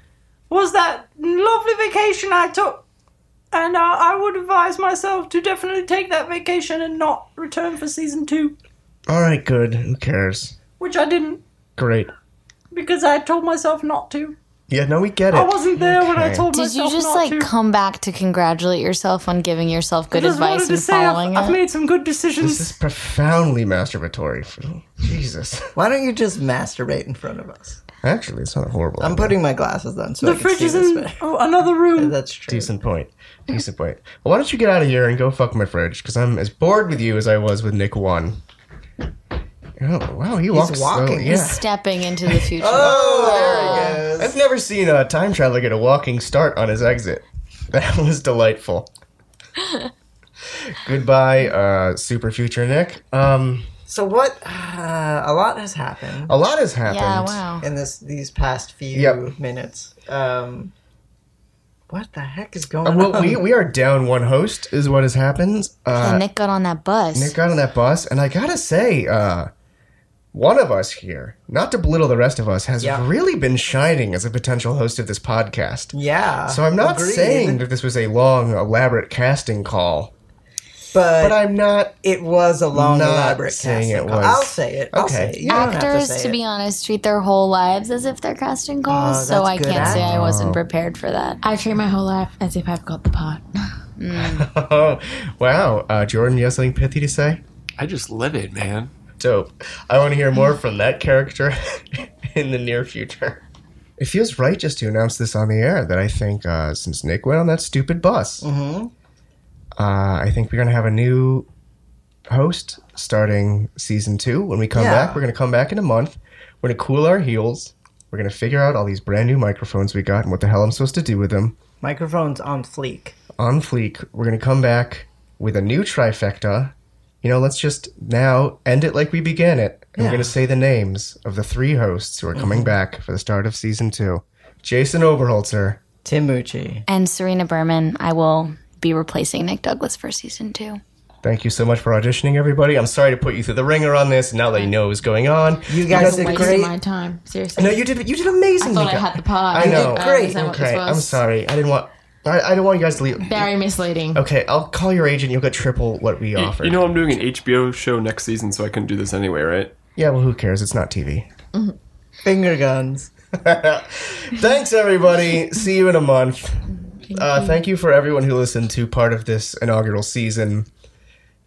Speaker 7: was that lovely vacation I took. And uh, I would advise myself to definitely take that vacation and not return for season two,
Speaker 1: All right, good. Who cares?
Speaker 7: which I didn't
Speaker 1: Great.
Speaker 7: because I told myself not to.
Speaker 1: Yeah, no, we get it.
Speaker 7: I wasn't there when I
Speaker 1: Okay.
Speaker 7: told
Speaker 4: Did you
Speaker 7: myself
Speaker 4: just
Speaker 7: not
Speaker 4: like
Speaker 7: to.
Speaker 4: come back to congratulate yourself on giving yourself good
Speaker 7: I just
Speaker 4: advice
Speaker 7: wanted to
Speaker 4: and
Speaker 7: say I've,
Speaker 4: following
Speaker 7: I've *laughs*
Speaker 4: it?
Speaker 7: made some good decisions.
Speaker 1: This is profoundly masturbatory. Jesus.
Speaker 5: Why don't you just masturbate in front of us?
Speaker 1: Actually, it's not a horrible.
Speaker 5: I'm
Speaker 1: idea.
Speaker 5: putting my glasses on so I
Speaker 7: the
Speaker 5: can
Speaker 7: fridge
Speaker 5: see
Speaker 7: is
Speaker 5: this
Speaker 7: in
Speaker 5: better.
Speaker 7: *laughs* oh, another
Speaker 1: *laughs*
Speaker 5: *laughs*
Speaker 7: room.
Speaker 5: That's true.
Speaker 1: Decent point. Decent point. Well, why don't you get out of here and go fuck my fridge? Because I'm as bored with you as I was with Nick One. Oh wow, he walks
Speaker 5: walking.
Speaker 1: slowly. Yeah.
Speaker 4: Stepping into the future.
Speaker 7: Oh.
Speaker 5: Uh,
Speaker 1: I've never seen a time traveler get a walking start on his exit. *laughs* That was
Speaker 4: *laughs*
Speaker 1: delightful. Goodbye, uh, super future Nick. Um,
Speaker 5: So what? Uh, a lot has happened
Speaker 1: a lot has happened.
Speaker 4: yeah, wow.
Speaker 5: in this these past few
Speaker 1: Yep.
Speaker 5: minutes. Um, what the heck is going
Speaker 1: Uh, well,
Speaker 5: on?
Speaker 1: we, we are down one host, is what has happened.
Speaker 4: And
Speaker 1: Uh,
Speaker 4: Nick got on that bus.
Speaker 1: Nick got on that bus, and I gotta say, uh, one of us here, not to belittle the rest of us, has
Speaker 5: Yeah.
Speaker 1: really been shining as a potential host of this podcast.
Speaker 5: yeah.
Speaker 1: So I'm not
Speaker 5: agreed.
Speaker 1: saying that this was a long, elaborate casting call,
Speaker 5: but,
Speaker 1: but I'm not *laughs*
Speaker 5: it was a long,
Speaker 1: not
Speaker 5: elaborate
Speaker 1: saying
Speaker 5: casting
Speaker 1: it
Speaker 5: call.
Speaker 1: was.
Speaker 5: I'll say it. I'll
Speaker 1: Okay.
Speaker 5: say it. You don't have
Speaker 4: Actors,
Speaker 5: say
Speaker 4: to,
Speaker 5: it.
Speaker 4: be honest, treat their whole lives as if they're casting calls,
Speaker 5: Oh,
Speaker 4: so
Speaker 5: that's
Speaker 4: I
Speaker 5: good
Speaker 4: can't say I wasn't
Speaker 1: Oh.
Speaker 4: prepared for that.
Speaker 2: I treat my whole life as if I've got the part.
Speaker 1: Oh, wow. Uh, Jordan, you have something pithy to say?
Speaker 3: I just live it, man.
Speaker 1: Dope. I want to hear more from that character *laughs* in the near future. It feels right just to announce this on the air that I think uh, since Nick went on that stupid bus, uh, I think we're going to have a new host starting season two. When we come
Speaker 5: Yeah.
Speaker 1: back, we're going to come back in a month. We're going to cool our heels. We're going to figure out all these brand new microphones we got and what the hell I'm supposed to do with them.
Speaker 5: Microphones on fleek.
Speaker 1: on fleek. We're going to come back with a new trifecta. You know, let's just now end it like we began it. And we're going to say the names of the three hosts who are coming
Speaker 2: Mm-hmm.
Speaker 1: back for the start of season two Jason Oberholzer,
Speaker 5: Timuchi.
Speaker 4: And Serena Berman, I will be replacing Nick Douglas for season two.
Speaker 1: Thank you so much for auditioning, everybody. I'm sorry to put you through the ringer on this. Now that you know what was going on,
Speaker 5: You guys
Speaker 2: Wasted
Speaker 5: did great.
Speaker 2: my time. Seriously.
Speaker 1: no, you did you did amazing.
Speaker 2: I thought I
Speaker 1: Nika.
Speaker 2: had the part.
Speaker 1: I know.
Speaker 2: didn't
Speaker 5: Great.
Speaker 2: understand what this
Speaker 1: Okay,
Speaker 2: was.
Speaker 1: I'm sorry. I didn't want. I, I don't want you guys to leave.
Speaker 2: Very misleading.
Speaker 1: Okay, I'll call your agent. You'll get triple what we
Speaker 3: You,
Speaker 1: offered.
Speaker 3: you know, I'm doing an HBO show next season, so I couldn't do this anyway, right?
Speaker 1: yeah, well, who cares? It's not TV.
Speaker 5: Finger guns.
Speaker 1: Thanks, everybody. See you in a month. Uh, thank you for everyone who listened to part of this inaugural season.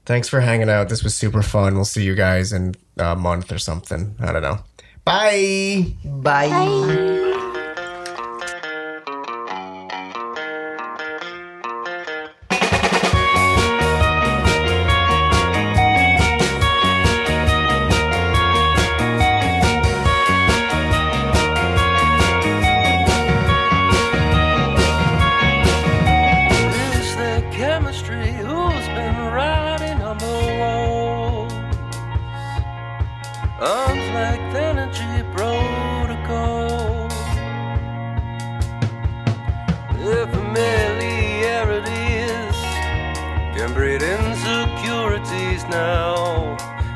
Speaker 1: Thanks for hanging out. This was super fun. We'll see you guys in a month or something. I don't know. Bye.
Speaker 5: Bye.
Speaker 16: It's the chemistry who's been riding on the walls. Unflagged energy protocol. The familiarities can breed insecurities now.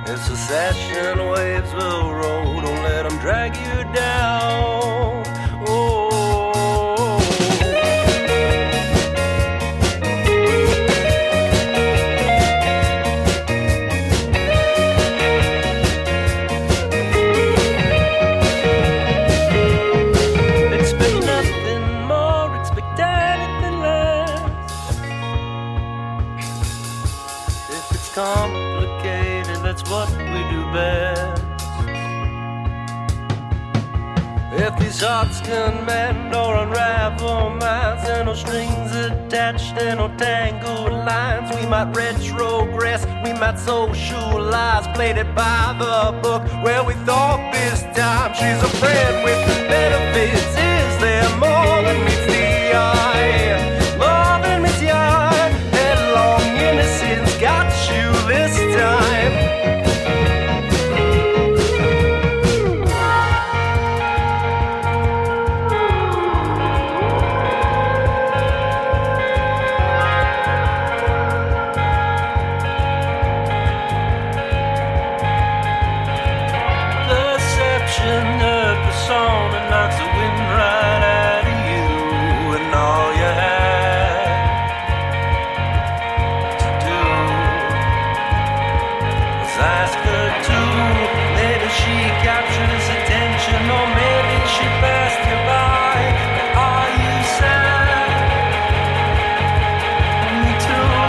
Speaker 16: As the session waves will roll, don't let 'em drag you down. Oh. It's been nothing more, it's been anything less. If it's complicated.
Speaker 17: no minds, there are no strings attached, there are no tangled lines. We might retrogress, we might socialize, played it by the book. Well, we thought this time she's a friend with benefits. Is there more than meets the eye? More than meets the eye. That long innocence got you this time.
Speaker 7: Perception of persona knocks the wind right out of you and all you had to do was ask her to. Maybe she captured his attention, or maybe she passed you by. And are you sad? Me too.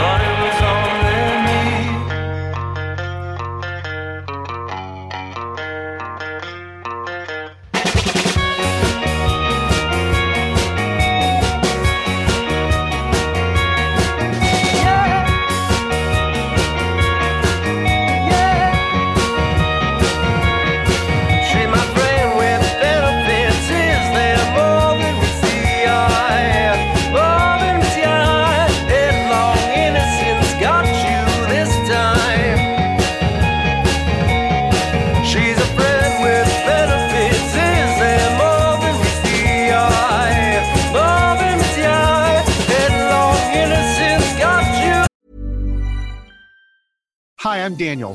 Speaker 7: Thought it was only me.
Speaker 17: She my friend with benefits. Is there more than meets the eye? More than meets the eye. That long innocence got you this time. She's a friend with benefits. Is there more than meets the eye? More than meets the eye. That long innocence got you.
Speaker 6: Hi, I'm Daniel,